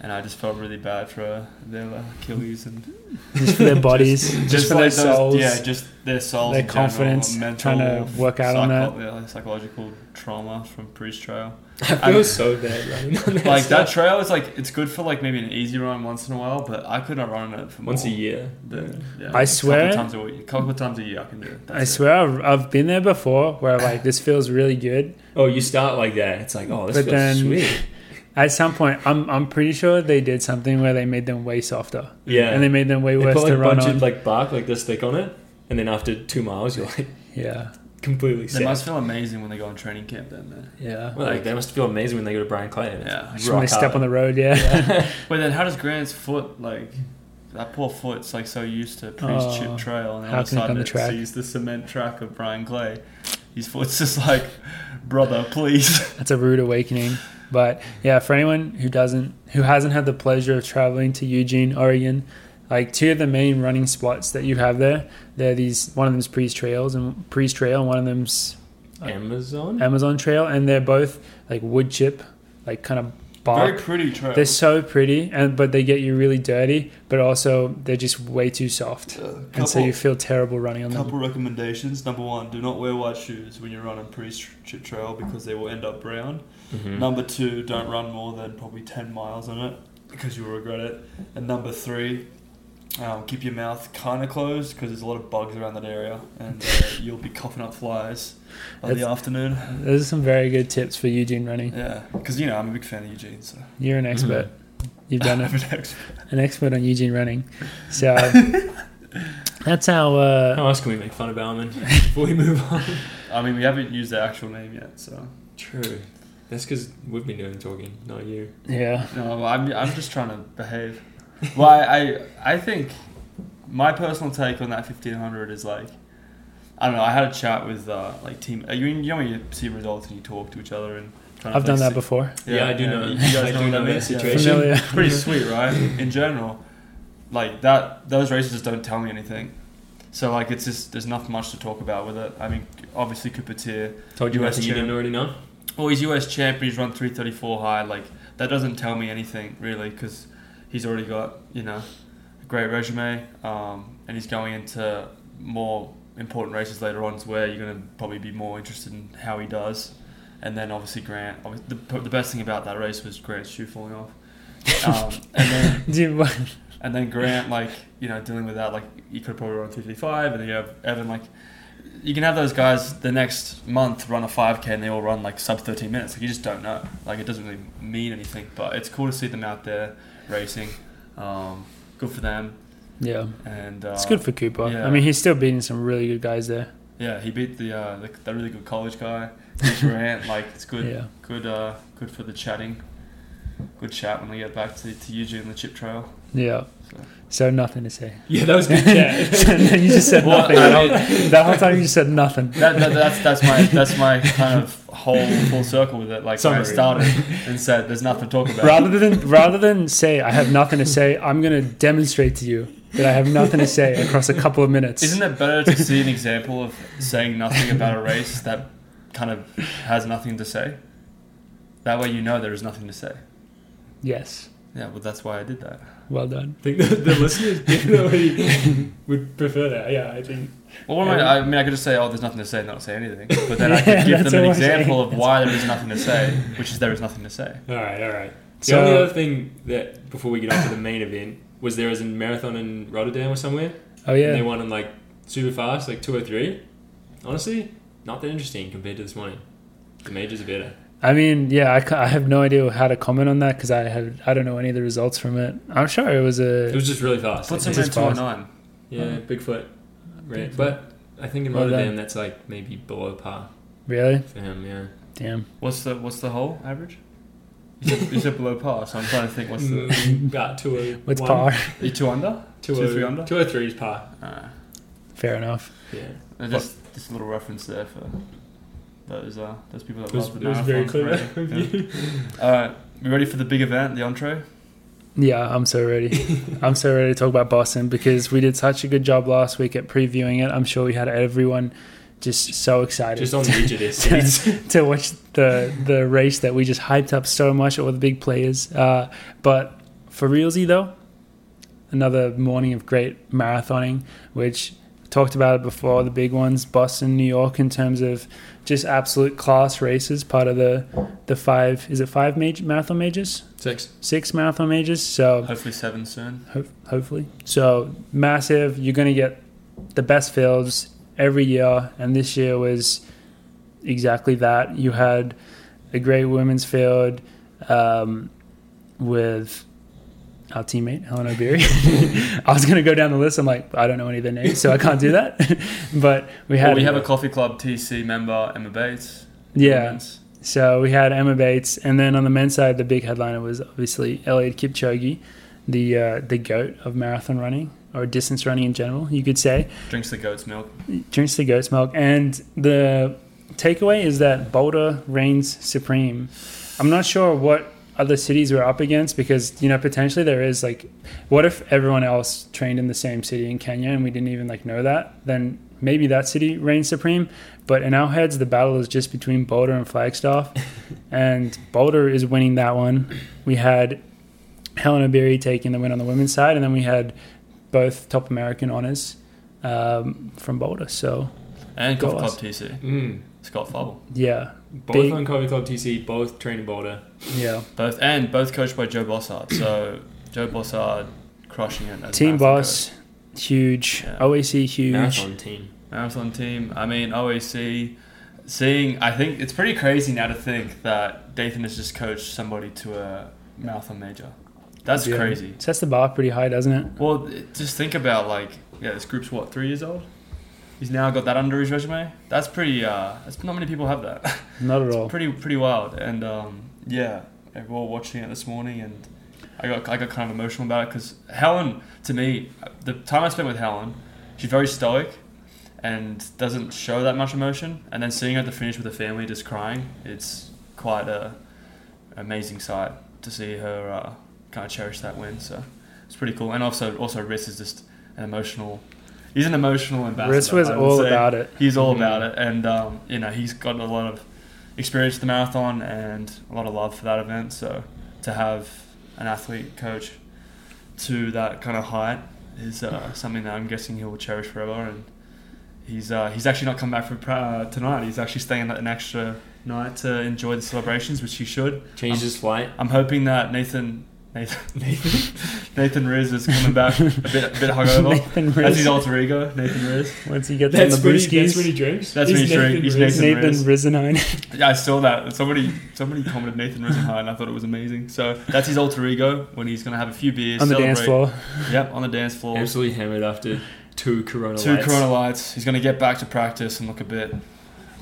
and I just felt really bad for their Achilles and just for their bodies, just, for their like those- souls. Yeah, just their souls. their in general, confidence, mental, trying to work out on that. psycho- yeah, psychological trauma from Priest Trail. I feel so bad running on that Like that stuff. trail is like it's good for like maybe an easy run once in a while, but I could not run it for once a more year. than- yeah, I swear- A couple times a week. couple times a year I can do it. That's I it. swear, I've, I've been there before, where like this feels really good. Oh, you start like that. It's like, oh, this But feels then- sweet. At some point, I'm I'm pretty sure they did something where they made them way softer, Yeah. and they made them way They worse put like to a run bunch on. of like bark, like this thick on it, and then after two miles, you're like yeah, completely They set. must feel amazing when they go on training camp, then man. yeah. well, like, they must feel amazing when they go to Brian Clay. and it's Yeah. Just when they rock step on hard. the road, yeah. Wait, then how does Grant's foot like? That poor foot's like so used to Priest Oh, Chip Trail, and how all can it of a sudden come it track? sees the cement track of Brian Clay. His foot's just like, brother, please. That's a rude awakening. But yeah, for anyone who doesn't who hasn't had the pleasure of traveling to Eugene, Oregon, like two of the main running spots that you have there, they're these one of them's Priest Trails and Priest Trail and one of them's Amazon. Amazon Trail and they're both like wood chip, like kind of bark. Very pretty trail. they're so pretty and but they get you really dirty, but also they're just way too soft. couple, and so you feel terrible running on them. couple recommendations. Number one, do not wear white shoes when you're running Priest Chip Trail because they will end up brown. Mhm. Number two, don't run more than probably 10 miles on it because you'll regret it. And number three, um, keep your mouth kind of closed because there's a lot of bugs around that area and uh, you'll be coughing up flies by the That's- afternoon. Those are some very good tips for Eugene running. Yeah, because you know, I'm a big fan of Eugene, so. You're an expert. You've done it. I'm an expert. an expert on Eugene running. So that's how. Uh, How else can we make fun of Bauman before we move on? I mean, we haven't used the actual name yet, so. True. That's because we've been doing talking, not you. yeah, No, well, I'm, I'm just trying to behave. Well, I, I, I think my personal take on that 1500 is like, I don't know. I had a chat with uh, like team. You, you know when you see results and you talk to each other and. trying to I've done like that before. see- Yeah, I do know. You guys I know do what know mean? that Yeah. situation. Familiar. Pretty sweet, right? In general, like that. Those races just don't tell me anything. So like, it's just there's not much to talk about with it. I mean, obviously Cupertier Told you US nothing you champ. didn't already know. well, he's US champ, but he's run 334 high. Like, that doesn't tell me anything, really, because he's already got, you know, a great resume. Um, and he's going into more important races later on, where you're going to probably be more interested in how he does. And then, obviously, Grant. obvi- The, the best thing about that race was Grant's shoe falling off. Um, and then Dude, what- and then Grant, like, you know, dealing with that, like, you could probably run 55, and then you have Evan, like, you can have those guys the next month run a 5K and they all run, like, sub 13 minutes. Like, you just don't know. Like, it doesn't really mean anything, but it's cool to see them out there racing. Um, good for them. yeah, And uh, it's good for Cooper. yeah. I mean, he's still beating some really good guys there. Yeah, he beat the, uh, the, the really good college guy, beat Grant. like, it's good. Yeah, Good, uh, good for the chatting. Good chat when we get back to, to Eugene and the chip trail. yeah. So nothing to say. Yeah, that was good So chat. you just said Well, nothing. I That whole, that whole time you just said nothing. that, that, that's that's my that's my kind of whole full circle with it. Like when I Summary. started and said, "There's nothing to talk about." Rather than rather than say I have nothing to say, I'm gonna demonstrate to you that I have nothing to say across a couple of minutes. Isn't it better to see an example of saying nothing about a race that kind of has nothing to say? That way, you know there is nothing to say. yes. Yeah, well, that's why I did that. Well done. I think the, the listeners definitely would prefer that. Yeah, I think. Well, what am Yeah. I, I mean, I could just say, "Oh, there's nothing to say," not say anything. But then I could Yeah, give that's them an what I'm saying. example of why there is nothing to say, which is there is nothing to say. All right, all right. The So- only other thing that before we get on to the main event was there was a marathon in Rotterdam or somewhere. Oh And they yeah. won in like super fast, like two or three. Honestly, not that interesting compared to this morning. The majors are better. I mean, yeah, I, ca- I have no idea how to comment on that because I had I don't know any of the results from it. I'm sure it was a It was just really fast. Put some It's into a fast. nine. yeah, Bigfoot. Right. Bigfoot. But I think in Well Rotterdam, done. that's like maybe below par really for him. Yeah. damn. What's the what's the whole average? You said, you said below par, so I'm trying to think. What's the Mm, about two oh What's one, par? are you two under? Two, Two, oh- three under? Two or three is par. Uh, Fair enough. Yeah. Uh, Just just a little reference there for those uh, those people It that was, love it the was very marathon clever parade. of you. Yeah. All right, we ready for the big event, the entree? Yeah, I'm so ready. I'm so ready to talk about Boston because we did such a good job last week at previewing it. I'm sure we had everyone just so excited Just on the edge of their seats. to watch the the race that we just hyped up so much, all the big players. Uh, but for realsy though, another morning of great marathoning, which talked about it before. The big ones, Boston, New York, in terms of just absolute class races. Part of the the five is it five major marathon majors, Six. six marathon majors. So Hopefully seven soon. ho- hopefully. So massive. You're going to get the best fields every year, and this year was exactly that. You had a great women's field um, with our teammate Helen O'Beary. I was going to go down the list. I'm like, I don't know any of their names, so I can't do that. but we had Well, we have a coffee club TC member Emma Bates. yeah. Women's. So we had Emma Bates, and then on the men's side, the big headliner was obviously Eliud Kipchoge, the uh, the goat of marathon running or distance running in general, you could say. drinks the goat's milk. Drinks the goat's milk, and the takeaway is that Boulder reigns supreme. I'm not sure what other cities we're up against because you know potentially there is like, what if everyone else trained in the same city in Kenya and we didn't even like know that? Then maybe that city reigns supreme. But in our heads, the battle is just between Boulder and Flagstaff, and Boulder is winning that one. We had Helena Berry taking the win on the women's side, and then we had both top American honors um, from Boulder. So And Go coffee club us. TC. Mm. Scott Farble. yeah, Both Big- on Coffee Club TC, both train in Boulder. yeah. Both and both coached by Joe Bossard. So Joe Bossard crushing it. As a Team marathon Boss, huge. Yeah. OAC, huge. Marathon team. coach. marathon team. I mean OAC. Seeing, I think it's pretty crazy now to think that Dathan has just coached somebody to a marathon major. That's Yeah. crazy. Sets the bar pretty high, doesn't it? Well, it- just think about like yeah, this group's what three years old. He's now got that under his resume. That's pretty. Uh, that's not many people have that. Not at all. It's pretty pretty wild, and um, yeah, we were all watching it this morning, and I got I got kind of emotional about it because Helen, to me, the time I spent with Helen, she's very stoic, and doesn't show that much emotion, and then seeing her at the finish with her family just crying, it's quite a amazing sight to see her uh, kind of cherish that win. So it's pretty cool, and also also Riss is just an emotional. He's an emotional ambassador. Ritz was I would all say. about it. He's all Mhm. about it, and um, you know he's got a lot of experience at the marathon and a lot of love for that event. So to have an athlete coach to that kind of height is uh, something that I'm guessing he will cherish forever. And he's uh, he's actually not come back for pra- uh, tonight. He's actually staying an extra night to enjoy the celebrations, which he should. Changed his flight. I'm hoping that Nathan Nathan Nathan Riz is coming back a bit a bit hungover. Nathan That's his Riz. alter ego, Nathan Riz. Once he gets on the what he- brewskis, that's what he drinks. That's what he's drinking. He's Riz. Nathan Nathan Riz. Rizenine. Yeah, I saw that. Somebody somebody commented Nathan Risenhigh and I thought it was amazing. So that's his alter ego when he's gonna have a few beers. on the dance celebrate. floor. Yep, on the dance floor. Absolutely hammered after two Corona Two lights. Corona lights. He's gonna get back to practice and look a bit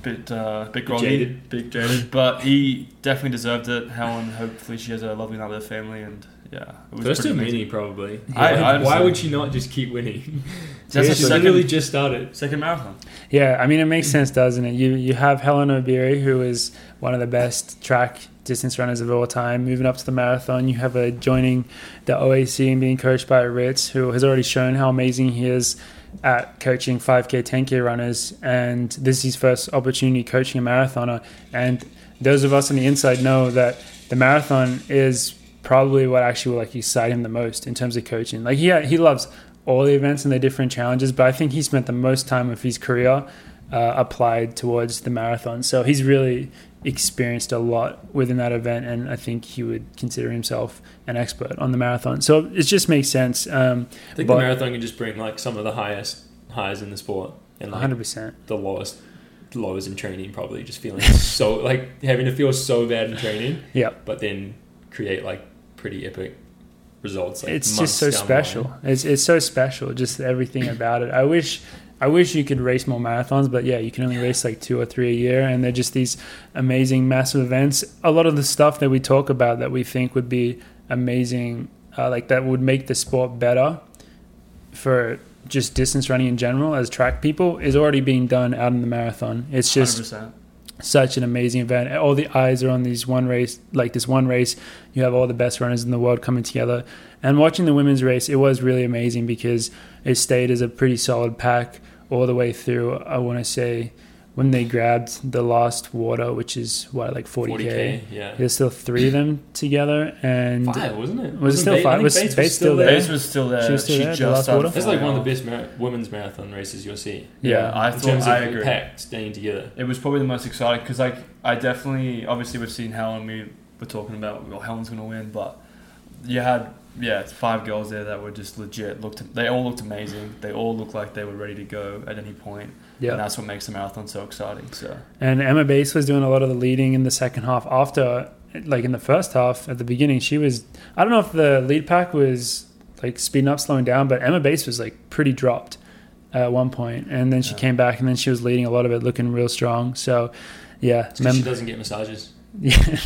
bit uh bit groggy. jaded. Big jaded. But he definitely deserved it. Helen, hopefully she has a lovely night with her family and yeah. It was First too pretty amazing. many, probably. I- I Why understand. would she not just keep winning? That's Seriously. She the Second- literally second, just started. second marathon. Yeah, I mean it makes sense, doesn't it? You you have Helen O'Beary, who is one of the best track distance runners of all time, moving up to the marathon. You have her joining the OAC and being coached by Ritz, who has already shown how amazing he is at coaching 5k, 10k runners, and this is his first opportunity coaching a marathoner. And those of us on the inside know that the marathon is probably what actually will like excite him the most in terms of coaching. Like he he loves all the events and the different challenges, but I think he spent the most time of his career uh, applied towards the marathon. So he's really experienced a lot within that event, and I think he would consider himself an expert on the marathon. So it just makes sense. Um, I think But- the marathon can just bring like some of the highest highs in the sport and like 100%. the lowest lows in training. Probably just feeling so like having to feel so bad in training. Yeah. but then create like pretty epic results. Like it's months just so down the line. special. It's it's so special. Just everything about it. I wish, I wish you could race more marathons, but yeah, you can only race like two or three a year, and they're just these amazing massive events. A lot of the stuff that we talk about that we think would be amazing, uh, like that would make the sport better for just distance running in general as track people is already being done out in the marathon. It's just 100%. such an amazing event. All the eyes are on these one race, like this one race. You have all the best runners in the world coming together. And watching the women's race, it was really amazing because it stayed as a pretty solid pack all the way through. I want to say when they grabbed the last water, which is what like forty k. yeah. There's still three of them together, and uh, Five, wasn't it? was it Wasn't still Bates- five? I think Was Bates Bates still there? Baze was still there. She She, was still there, the just last started. water? That's like one of the falling best mara- women's marathon races you'll see. Yeah, I in thought- terms of I agree. pack staying together. off. It was probably the most exciting because, like, I definitely obviously we've seen Helen. We were talking about well, Helen's gonna win, but you had yeah, it's five girls there that were just legit. Looked, they all looked amazing. They all looked like they were ready to go at any point, yeah. and that's what makes the marathon so exciting. So And Emma Bates was doing a lot of the leading in the second half after, like in the first half at the beginning, she was, I don't know if the lead pack was like speeding up, slowing down, but Emma Bates was like pretty dropped at one point. And then she Yeah. came back and then she was leading a lot of it, looking real strong. So, yeah. It's 'cause she mem- doesn't get massages. yeah.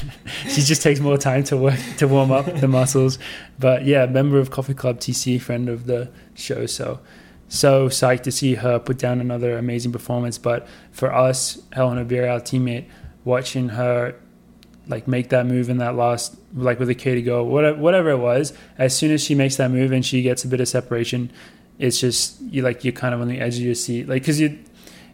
she just takes more time to work, to warm up the muscles. But yeah, member of Coffee Club TC, friend of the show. So, so psyched to see her put down another amazing performance. But for us, Helen Obira, our teammate, watching her like make that move in that last, like with a K to go, whatever, whatever it was, as soon as she makes that move and she gets a bit of separation, it's just you like you're kind of on the edge of your seat, like because you,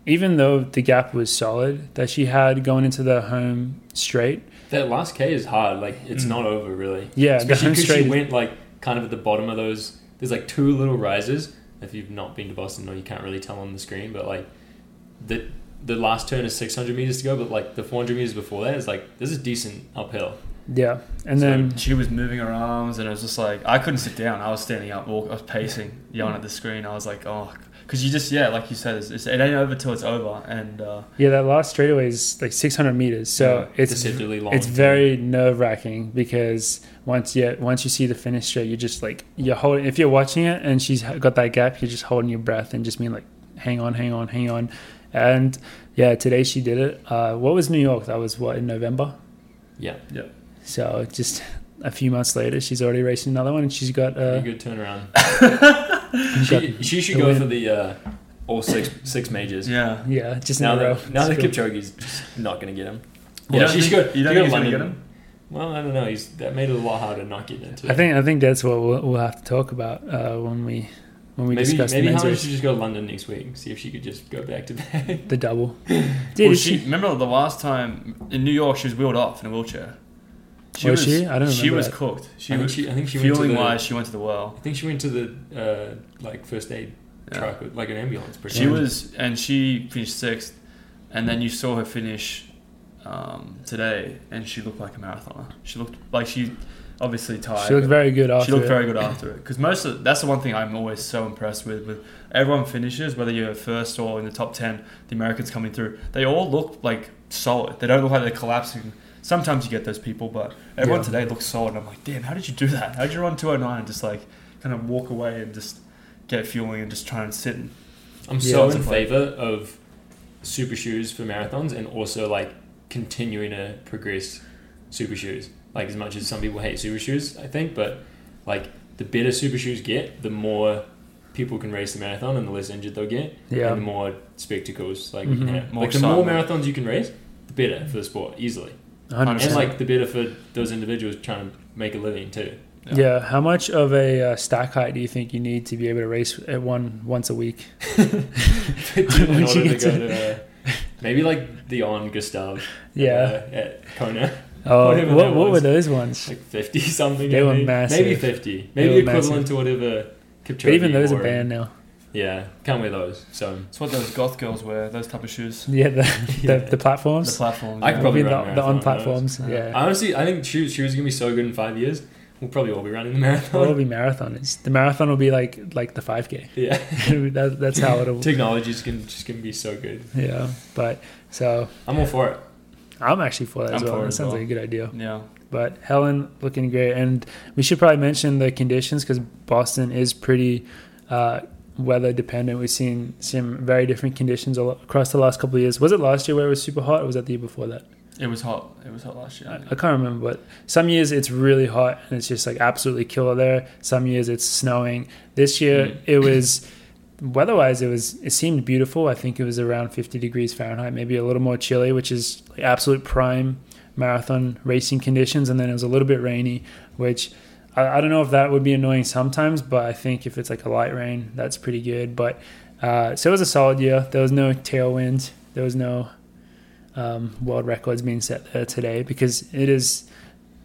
even though the gap was solid that she had going into the home straight, That last K is hard. Like it's Mm. not over really. yeah, the Especially home because straight. she went like kind of at the bottom of those. There's like two little rises. If you've not been to Boston, or you can't really tell on the screen, but like the the last turn is 600 meters to go, but like the 400 meters before that is like this is decent uphill. yeah, and So- then she was moving her arms, and it was just like I couldn't sit down. I was standing up, walk, I was pacing, yelling at the screen. I was like, oh, because you just yeah, like you said, it's, it's, it ain't over till it's over, and. Uh, yeah, that last straightaway is like 600 meters, so it's deceptively long. It's very nerve wracking because once you once you see the finish straight, you're just like you're holding. If you're watching it and she's got that gap, you're just holding your breath and just being like, hang on, hang on, hang on. And yeah, today she did it. Uh, what was New York? That was what in November. yeah, So just a few months later, she's already racing another one, and she's got pretty uh, good turnaround. she's got- She, she should the go win. for the uh, all six six majors. Yeah. yeah, just Now in a row. that now that It's cool. Kipchoge's just not going to get him. You Yeah, don't she's think- good. You don't She think got he's gonna London. get him? Well, I don't know. He's that made it a lot harder not getting into. I think I think that's what we'll, we'll have to talk about uh, when we when we maybe discuss maybe the men's Helen race. should just go to London next week. See if she could just go back to back. the double. Dude, Well, is she, remember the last time in New York she was wheeled off in a wheelchair. Was she? I don't She remember was that. cooked. She I think was she, I think she went to fueling the, wise. She went to the well. I think she went to the uh, like first aid Yeah. truck with like an ambulance. Pretty She much. was, and she finished sixth. And then you saw her finish um, today, and she looked like a marathoner. She looked like she obviously tired. She looked but very good after. she looked it. very good after it because most of that's the one thing I'm always so impressed with. With everyone finishes, whether you're first or in the top ten, the Americans coming through, they all look like solid. They don't look like they're collapsing. Sometimes you get those people, but everyone Yeah. today looks solid. And I'm like, damn, how did you do that? How did you run 209 and just like kind of walk away and just get fueling and just try and sit and I'm Yeah, so that's in a point. favor of super shoes for marathons and also like continuing to progress super shoes. Like as much as some people hate super shoes, I think, but like the better super shoes get, the more people can race the marathon and the less injured they'll get. Yeah. And the more spectacles like we can Mhm. have. More like the more marathons excitement. you can race, the better for the sport, easily. 100%. And like the better for those individuals trying to make a living too. yeah. how much of a uh, stack height do you think you need to be able to race at one once a week? in Once you order to get go to uh, maybe like the on Gustav Yeah. uh, at Kona Oh, Whatever what, that what were was. those ones? like 50 something They were maybe, massive. maybe 50 They maybe were equivalent massive. to whatever Kipchoge But even those are wore. banned now. yeah can't wear those so It's what those goth girls wear, those type of shoes. Yeah, the Yeah. the, the The platforms. platforms. I could probably the, run a the on marathon on platforms. those. Yeah, honestly I think shoes shoes are gonna be so good in five years we'll probably all be running the Well, it'll marathon be marathon. It's, the marathon will be like like the five k. yeah that, that's how it'll. technology's gonna, just gonna be so good Yeah, but so I'm all for it I'm actually for that as I'm well. for it That as sounds well. like a good idea. Yeah. But Helen looking great, and we should probably mention the conditions because Boston is pretty uh, weather dependent. We've seen some very different conditions a lo- across the last couple of years. Was it last year where it was super hot, or was that the year before that? It was hot. It was hot last year. I, I can't remember, but some years it's really hot and it's just like absolutely killer there. Some years it's snowing. This year Mm. it was weather-wise it was it seemed beautiful. I think it was around 50 degrees Fahrenheit, maybe a little more chilly, which is like absolute prime marathon racing conditions. And then it was a little bit rainy, which I, I don't know if that would be annoying sometimes, but I think if it's like a light rain, that's pretty good. But uh, so it was a solid year. There was no tailwind. there was no um, world records being set there today because it is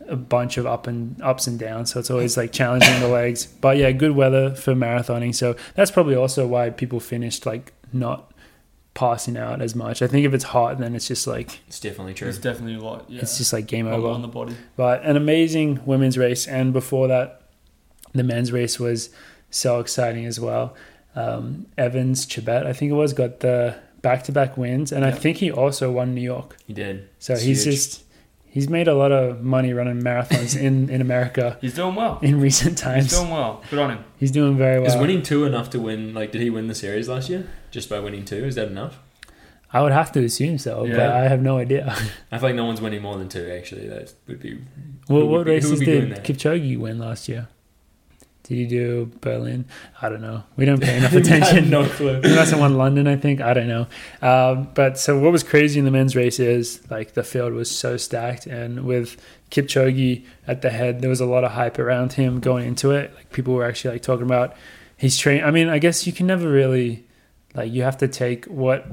a bunch of up and ups and downs. So it's always like challenging the legs. But yeah, good weather for marathoning. So that's probably also why people finished like not passing out as much. I think if it's hot, then it's just like It's definitely true. It's definitely a lot. Yeah. it's just like game Lot over. on the body. But an amazing women's race, and before that, the men's race was so exciting as well. Um, Evans Chibet, I think it was, got the back-to-back wins, and I Yeah. think he also won New York. He did. So It's he's huge. just he's made a lot of money running marathons in in America He's doing well. in recent He's times. doing well. Good on him. He's doing very Is well. winning two enough to win? Like, did he win the series last year just by winning two? Is that enough? I would have to assume so, but Yeah. I have no idea. I feel like no one's winning more than two. Actually, that would be. Who Well, would what be- who races would be doing did that? Kipchoge win last year? Did he do Berlin? I don't know. We don't pay enough attention. no clue. He must have won London, I think. I don't know. Um, but so what was crazy in the men's race is like the field was so stacked, and with Kipchoge at the head, there was a lot of hype around him going into it. Like people were actually like talking about he's train. I mean, I guess you can never really like you have to take what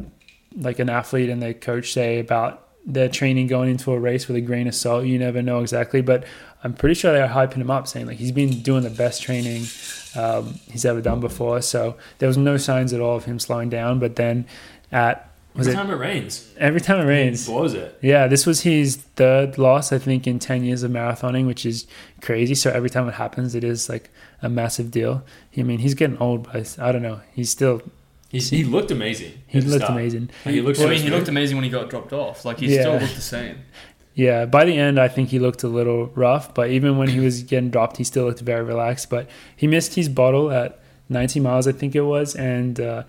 like an athlete and their coach say about their training going into a race with a grain of salt. You never know exactly, but I'm pretty sure they're hyping him up, saying like he's been doing the best training um, he's ever done before. So there was no signs at all of him slowing down. But then at was Every it time it rains, every time it rains? blows it. Yeah, this was his third loss, I think, in 10 years of marathoning, which is crazy. So every time it happens, it is like a massive deal. I mean, he's getting old, but I don't know. He's still, He's, he looked amazing. he at the looked start. amazing. Like, he looked. so Well, I mean, he smooth. looked amazing when he got dropped off. Like he Yeah. still looked the same. Yeah, by the end, I think he looked a little rough, but even when he was getting dropped, he still looked very relaxed. But he missed his bottle at 90 miles, I think it was, and uh,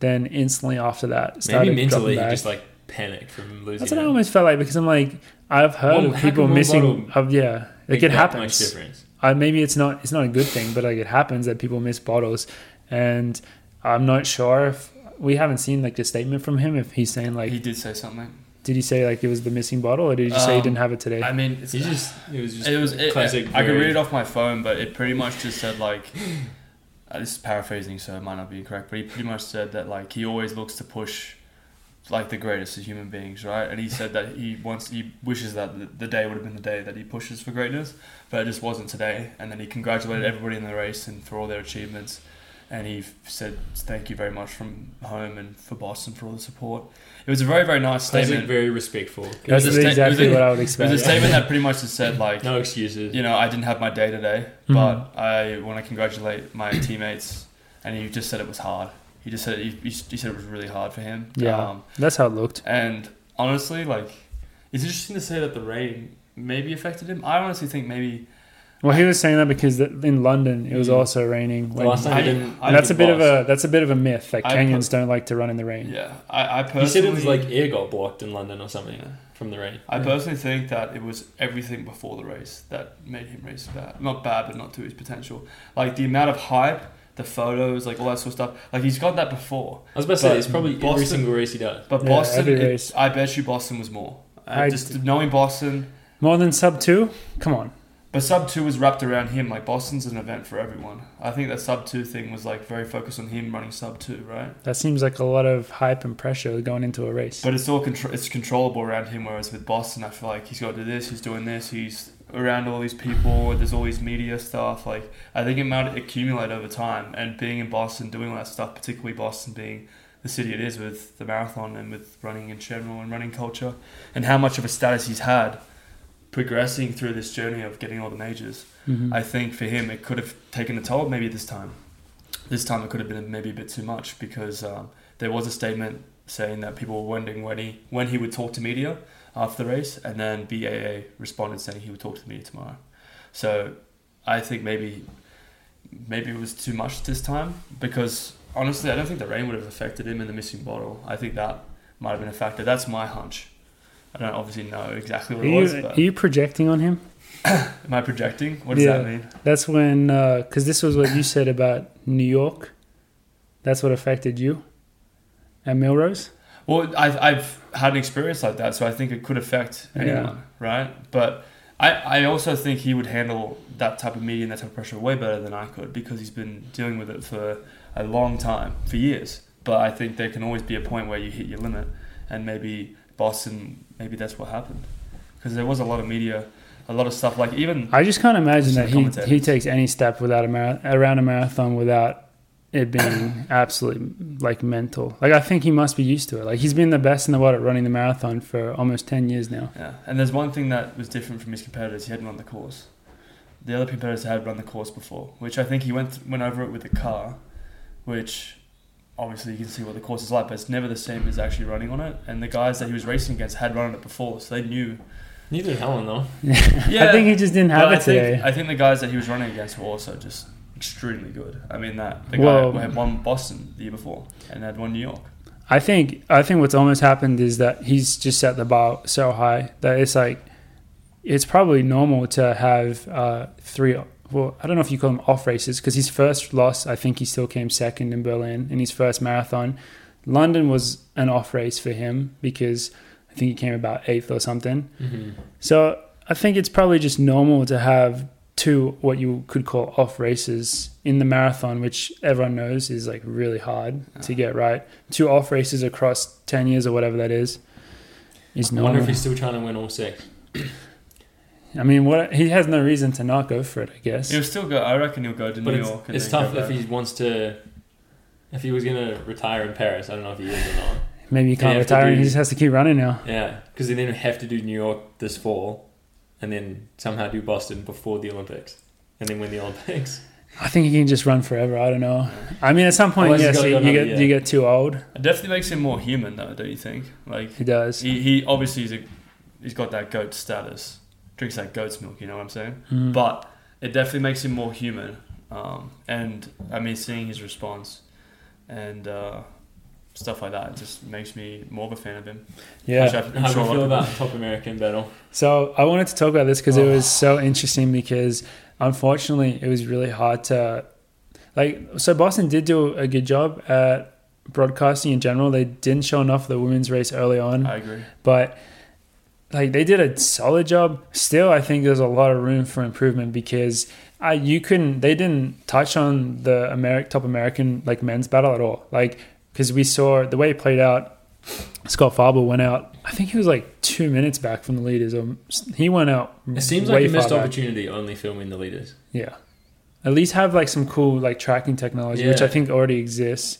then instantly after that, started Maybe dropping mentally, he back. just like panicked from losing. That's what I it. almost felt like because I'm like, I've heard Well, of how people can one missing. Of, yeah, like Make it that happens. Much difference. I, maybe it's not it's not a good thing, but like it happens that people miss bottles, and I'm not sure if we haven't seen like the statement from him if he's saying like he did say something. did he say like it was the missing bottle or did he just say he Um, didn't have it today? I mean, it's He just. It was just. it was it, classic. I could very- read it off my phone, but it pretty much just said like, uh, this is paraphrasing, so it might not be correct. But he pretty much said that like he always looks to push, like the greatest of human beings, right? And he said that he wants, he wishes that the- the day would have been the day that he pushes for greatness, but it just wasn't today. And then he congratulated Mm-hmm. everybody in the race and for all their achievements. And he f- said thank you very much from home and for Boston for all the support. It was a very very nice classic, statement. very respectful. That's was a sta- it was exactly a- what I would It was expect. a statement that pretty much just said like No excuses. you know, I didn't have my day today, Mm-hmm. but I want to congratulate my teammates. And he just said it was hard. He just said he, he he said it was really hard for him. Yeah. Um, That's how it looked. and honestly, like, it's interesting to say that the rain maybe affected him. I honestly think maybe Well, he was saying that because th- in London it was Mhm. also raining. The When, last time I he didn't. I that's a was bit of a lost. that's a bit of a myth. Like I Kenyans don't like to run in the rain. yeah. I I personally He said it was like air got blocked in London or something Yeah. from the rain. I personally think that it was everything before the race that made him race bad. Not bad, but not to his potential. Like the amount of hype, the photos, like all that sort of stuff. Like he's got that before. I was about to say But it's probably every Boston- single race he does. But Yeah, Boston, every it- race. I bet you Boston was more. Uh, I- just knowing Boston, More than sub two? Come on. but sub two was wrapped around him. Like Boston's an event for everyone. I think that sub two thing was like very focused on him running sub two, right? That seems like a lot of hype and pressure going into a race. But it's all contro- it's controllable around him. Whereas with Boston, I feel like he's got to do this, he's doing this, he's around all these people. There's all these media stuff. Like I think it might accumulate over time. And being in Boston, doing all that stuff, particularly Boston being the city it is with the marathon and with running in general and running culture, and how much of a status he's had progressing through this journey of getting all the majors. Mhm. I think for him, it could have taken a toll maybe this time. This time it could have been maybe a bit too much because um, there was a statement saying that people were wondering when he, when he would talk to media after the race, and then BAA responded saying he would talk to the media tomorrow. So I think maybe maybe it was too much this time because honestly, I don't think the rain would have affected him in the missing bottle. I think that might have been a factor. That's my hunch. I don't obviously know exactly are, what it was, you, but are you projecting on him? am I projecting? What does that Yeah. mean? That's when, because this was what you said about New York. That's what affected you at Melrose. Well, I've, I've had an experience like that, so I think it could affect anyone, Yeah. right? But I, I also think he would handle that type of media and that type of pressure way better than I could because he's been dealing with it for a long time, for years. But I think there can always be a point where you hit your limit. and maybe Boston, maybe that's what happened because there was a lot of media, a lot of stuff. Like even I just can't imagine Listen that to he, commentators. he takes any step without a mara- around a marathon without it being absolutely like mental. Like I think he must be used to it. Like he's been the best in the world at running the marathon for almost ten years now. yeah, and there's one thing that was different from his competitors. He hadn't run the course. The other competitors had run the course before, which I think he went went over it with the car, which obviously you can see what the course is like, but it's never the same as actually running on it. And the guys that he was racing against had run it before, so they knew. Neither did Helen though. I think he just didn't But have I it today. think, I think the guys that he was running against were also just extremely good. I mean, that the Well- guy had won Boston the year before and had won New York. I think I think what's almost happened is that he's just set the bar so high that it's like it's probably normal to have uh, three. Well, I don't know if you call them off races because his first loss, I think he still came second in Berlin in his first marathon. London was an off race for him because I think he came about eighth or something. Mm-hmm. So I think it's probably just normal to have two what you could call off races in the marathon, which everyone knows is like really hard to get right. Two off races across ten years or whatever that is is I wonder normal. if he's still trying to win all six. I mean, what he has no reason to not go for it, I guess. He'll still go. I reckon he'll go to But New it's, York. it's then tough go if back. he wants to. If he was gonna retire in Paris, I don't know if he is or not. Maybe he can't have to retire and do- he just has to keep running now. Yeah, because then would have to do New York this fall, and then somehow do Boston before the Olympics, and then win the Olympics. I think he can just run forever. I don't know. I mean, at some point, Unless he's yes, gotta you, go you another get you year. get too old. It definitely makes him more human, though, don't you think? Like He does. he, he obviously is a, he's got that goat status, drinks that goat's milk. You know what I'm saying? Mm. But it definitely makes him more human. Um, and I mean, seeing his response and uh, stuff like that just makes me more of a fan of him. yeah. Which I'm How do sure you a lot of feel people- about top American battle? So I wanted to talk about this because it Oh. was so interesting because unfortunately it was really hard to like so Boston did do a good job at broadcasting in general. They didn't show enough of the women's race early on, I agree. but like they did a solid job. Still, I think there's a lot of room for improvement because uh, you couldn't they didn't touch on the Ameri- top American like men's battle at all. Like because we saw the way it played out. Scott Farber went out. I think he was like two minutes back from the leaders. Or he went out. It seems way like a far missed back. opportunity only filming the leaders. Yeah, at least have like some cool like tracking technology, which Yeah. I think already exists.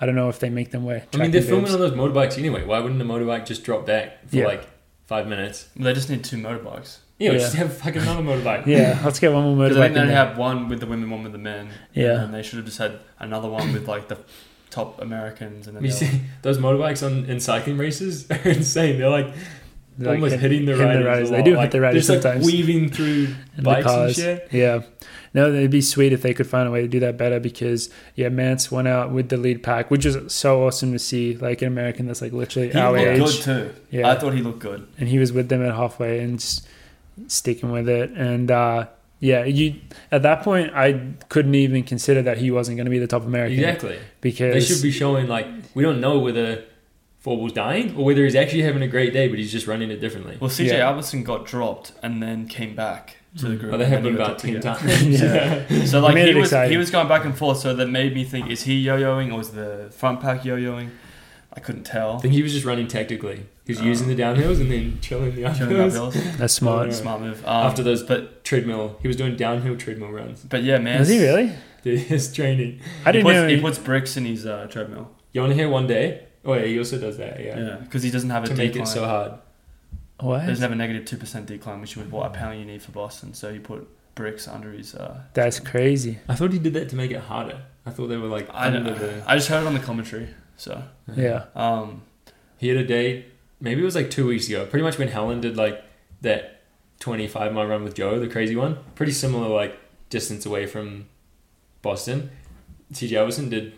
I don't know if they make them wear. I mean, tracking they're filming bibs. on those motorbikes anyway. Why wouldn't the motorbike just drop back for Yeah. like five minutes? They just need two motorbikes. Yeah, Yeah. just have fucking another motorbike. Yeah, let's get one more Because motorbike. I think they in only there. had one with the women, one with the men. Yeah. And then they should have just had another one with like the top Americans and then You the other- see, those motorbikes on in cycling races are insane. They're like They're, like, almost hit- hitting the hitting riders. a They lot. do Like, hit the riders they're just, sometimes. Like weaving through And the bikes and cars. shit. Yeah. No, it'd be sweet if they could find a way to do that better because yeah, Mance went out with the lead pack, which is so awesome to see. Like an American that's like literally He our looked age. good too. Yeah. I thought he looked good. and he was with them at halfway and just sticking with it. And uh, yeah, you at that point I couldn't even consider that he wasn't going to be the top American Exactly. They because should be showing like we don't know whether Forble's dying or whether he's actually having a great day, but he's just running it differently. Well, CJ Yeah. Albertson got dropped and then came back to the group. Well, they have and been then he got about dropped ten again. times. Yeah. So like Made he it was exciting. he was going back and forth, so that made me think: is he yo-yoing or is the front pack yo-yoing? I couldn't I tell. think he was just running tactically. He's Oh. using the downhills and then chilling the Showing that uphills. Bills. that's smart. Yeah. Smart move. Um, After those- but Treadmill. He was doing downhill treadmill runs. but yeah, man. Is he really? Dude, his training. I didn't he puts, know. He he- puts bricks in his uh, treadmill. You want to hear one day? Oh yeah, he also does that. Yeah. Yeah, because he doesn't have a To decline. make it so hard. he what? doesn't have a negative two percent decline, which was what apparently you need for Boston. So he put bricks under his. Uh, That's crazy. I thought he did that to make it harder. I thought they were like I don't under know. the. I just heard it on the commentary. So Yeah. um, He had a day, maybe it was like two weeks ago, pretty much when Helen did like that 25 mile run with Joe, the crazy one, pretty similar like distance away from Boston. TJ Alverson did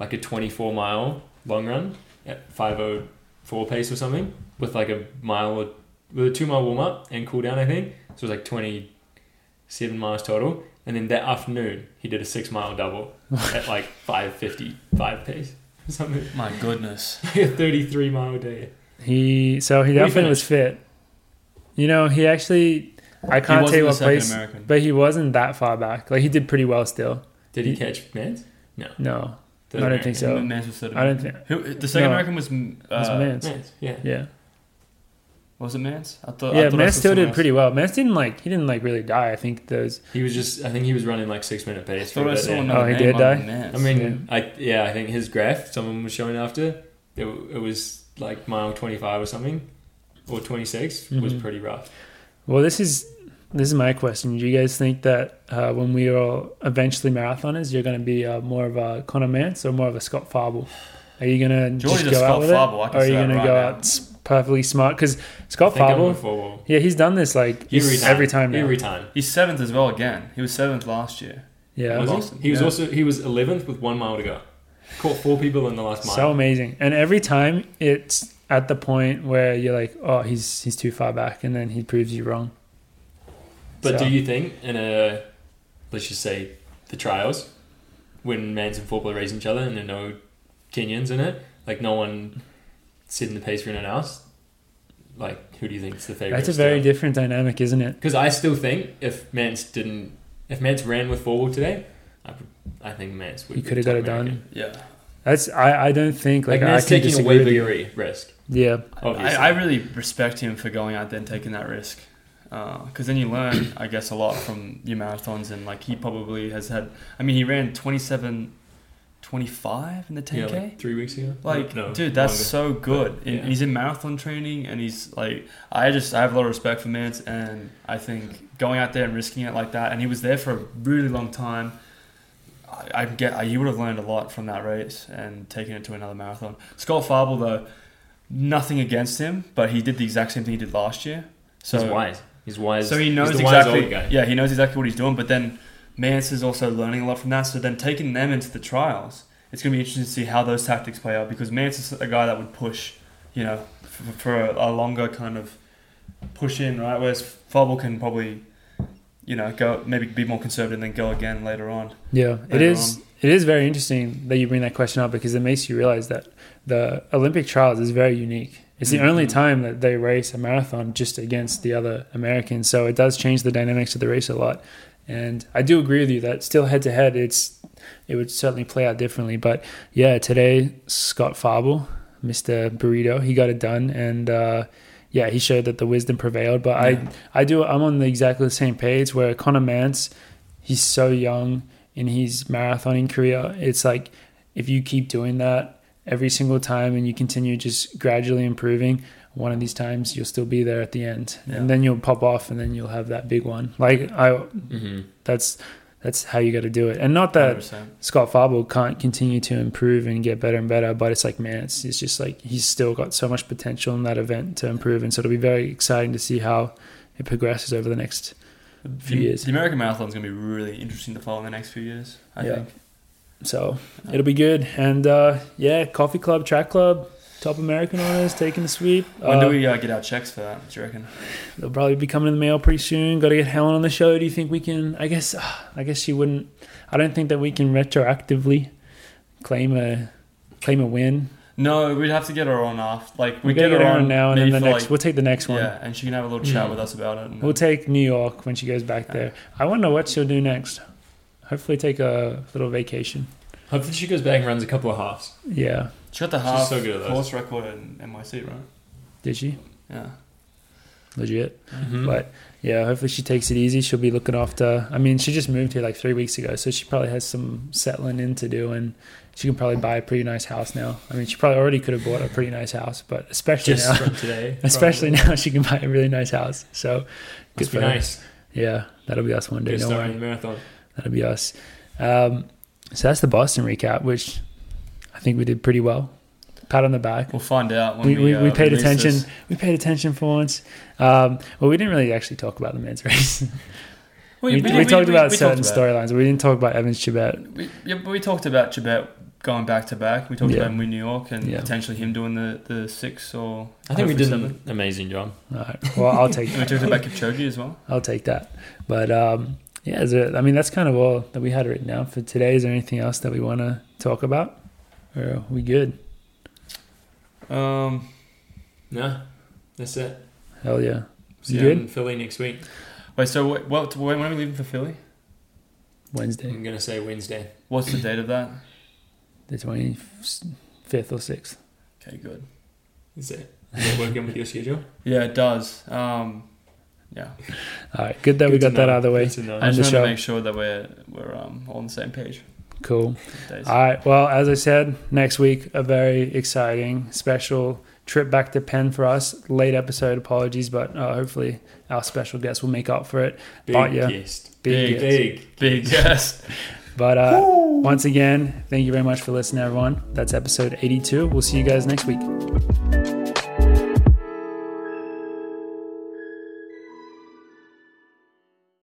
like a 24 mile long run at 504 pace or something with like a mile or with a two mile warm up and cool down, I think. So it was like 27 miles total. And then that afternoon, he did a six mile double at like 555 pace or something. my goodness. Like a 33 mile day. He so he Where he definitely was fit. You know, he actually. I can't he tell you wasn't the what second place, American. but he wasn't that far back. Like he did pretty well still. Did he catch Mans? No, I don't think so. Mansell said. I don't think. Who, the second No. American was. mm, That's Uh, Mance. Mance, yeah. Yeah. Was it Mance? I thought. I yeah, thought I Mance saw still someone did else. pretty well. Mance didn't like he didn't like really die. I think those He was just, I think he was running like six minute I pace. for thought I a bit saw there. another Oh, he name did other than die? Mance. I mean, I yeah, I think his graph someone was showing after it, w- it was like mile twenty five or something, or twenty was Mhm. pretty rough. Well, this is this is my question. Do you guys think that uh, when we are all eventually marathoners, you're going to be uh, more of a Conor Mance or more of a Scott Farble? Are you going to just Jordan's go a out Scott with Farble, I it, can or are say you that going to right go now. out s- perfectly smart? Because Scott I think I'm Farble, with Forwell. yeah, he's done this like Every time. every time now. Every time. he's seventh as well again. He was seventh last year. yeah, Was he? Boston, he was yeah. also he was eleventh with one mile to go. Caught four people in the last mile. so amazing. And every time it's at the point where you're like, oh, he's he's too far back, and then he proves you wrong. But So- do you think in a let's just say the trials when Mans and Forbes race each other and there are no Kenyans in it, like no one setting the pace for anyone else, like who do you think is the favorite? That's a very still? different dynamic, isn't it? Because I still think if Mance didn't, if Mance ran with Forward today, I, would, I think Mance would. You be could have top got it done. American. Yeah, That's I, I don't think Like, like, I Mance can taking a disagree way with you. bigger risk. Yeah, Obviously, I, I really respect him for going out there and taking that risk. Because then you learn, I guess, a lot from your marathons. And like he probably has had, I mean, he ran 27 25 in the 10K. yeah, like, like three weeks ago. no, dude, that's longer. so good. But, And yeah. he's in marathon training, and he's like, I just, I have a lot of respect for Mance, and I think going out there and risking it like that, and he was there for a really long time. I, I get, I, you would have learned a lot from that race and taken it to another marathon. Scott Farble, though, nothing against him, but he did the exact same thing he did last year. So he's wise. He's wise. so he knows he's the exactly. Wise old guy. Yeah, he knows exactly what he's doing. But then Mance is also learning a lot from that. So then taking them into the trials, it's going to be interesting to see how those tactics play out because Mance is a guy that would push, you know, for, for a, a longer kind of push in, right? Whereas Fable can probably, you know, go maybe be more conservative and then go again later on. Yeah, it later is. It is very interesting that you bring that question up because it makes you realize that the Olympic trials is very unique. It's the only Mhm. time that they race a marathon just against the other Americans, so it does change the dynamics of the race a lot. And I do agree with you that still head to head, it's it would certainly play out differently. But yeah, today Scott Farble, Mister Burrito, he got it done, and uh, yeah, he showed that the wisdom prevailed. But Yeah. I I do I'm on the exactly the same page where Connor Mance, he's so young in his marathoning career. It's like if you keep doing that every single time and you continue just gradually improving, one of these times you'll still be there at the end. Yeah. And then you'll pop off and then you'll have that big one. Like I hmm that's that's how you got to do it. And not that 100%. Scott Farble can't continue to improve and get better and better, but it's like, man, it's, it's just like he's still got so much potential in that event to improve. And so it'll be very exciting to see how it progresses over the next. few the, years. the American Marathon is going to be really interesting to follow in the next few years. I Yeah. think. So it'll be good. And uh, yeah, Coffee Club, Track Club, Top American Honors, taking the sweep. When Uh, do we uh, get our checks for that? Do you reckon? They'll probably be coming in the mail pretty soon. Got to get Helen on the show. Do you think we can? I guess, uh, I guess she wouldn't. I don't think that we can retroactively claim a claim a win. No, we'd have to get her on after. Like we We get, gotta her get on on now, and then the maybe for, next. like, we'll take the next one. Yeah, and she can have a little chat Mm. with us about it. And We'll take New York when she goes back there. I wonder what she'll do next. Hopefully, take a little vacation. Hopefully, she goes back and runs a couple of halves. Yeah, she got the She's half so good at those. course record in NYC, right? did she? Yeah. Legit. Mhm. But yeah, hopefully she takes it easy. She'll be looking after. I mean, she just moved here like three weeks ago, so she probably has some settling in to do, and she can probably buy a pretty nice house now. I mean, she probably already could have bought a pretty nice house, but especially just now, from today, especially probably. now she can buy a really nice house. So good Must for be her. nice. Yeah, that'll be us one day. Good Don't start in worry. the marathon. That'll be us. Um, so that's the Boston recap, which I think we did pretty well. Pat on the back. We'll find out when We, we we, uh, we paid release attention. this. We paid attention for once. Um, well, we didn't really actually talk about the men's race. We, we talked about we certain talked about- storylines. We didn't talk about Evans Chibet. We, yeah, but we talked about Chibet going back to back. We talked Yeah. about him in New York and Yeah. potentially him doing the, the six or I think we did Seven. an amazing job. All right. Well, I'll take And we that. talked about Kipchoge as well. I'll take that. But um, yeah, is there, I mean, that's kind of all that we had written down for today. Is there anything else that we want to talk about? Or are we good? Um, No, that's it. Hell yeah. See You you good? in Philly next week. wait, so what, what, when when are we leaving for Philly? Wednesday. I'm gonna say Wednesday. What's the date of that? the 25th or 6th. Okay, good. Is that, is that working with your schedule? Yeah, it does. Um, yeah, All right, good that we Good to got that know. out of the way. Good to know. I And just the wanted show. to make sure that we're we're um, all on the same page. Cool. with Days. All right. Well, as I said, next week, a very exciting special trip back to Penn for us. Late episode, apologies, but uh, hopefully our special guest will make up for it. Big But, yeah. guest. Big, Big. guest. Big. Big yes. But uh, once again, thank you very much for listening, everyone. That's episode 82. We'll see you guys next week.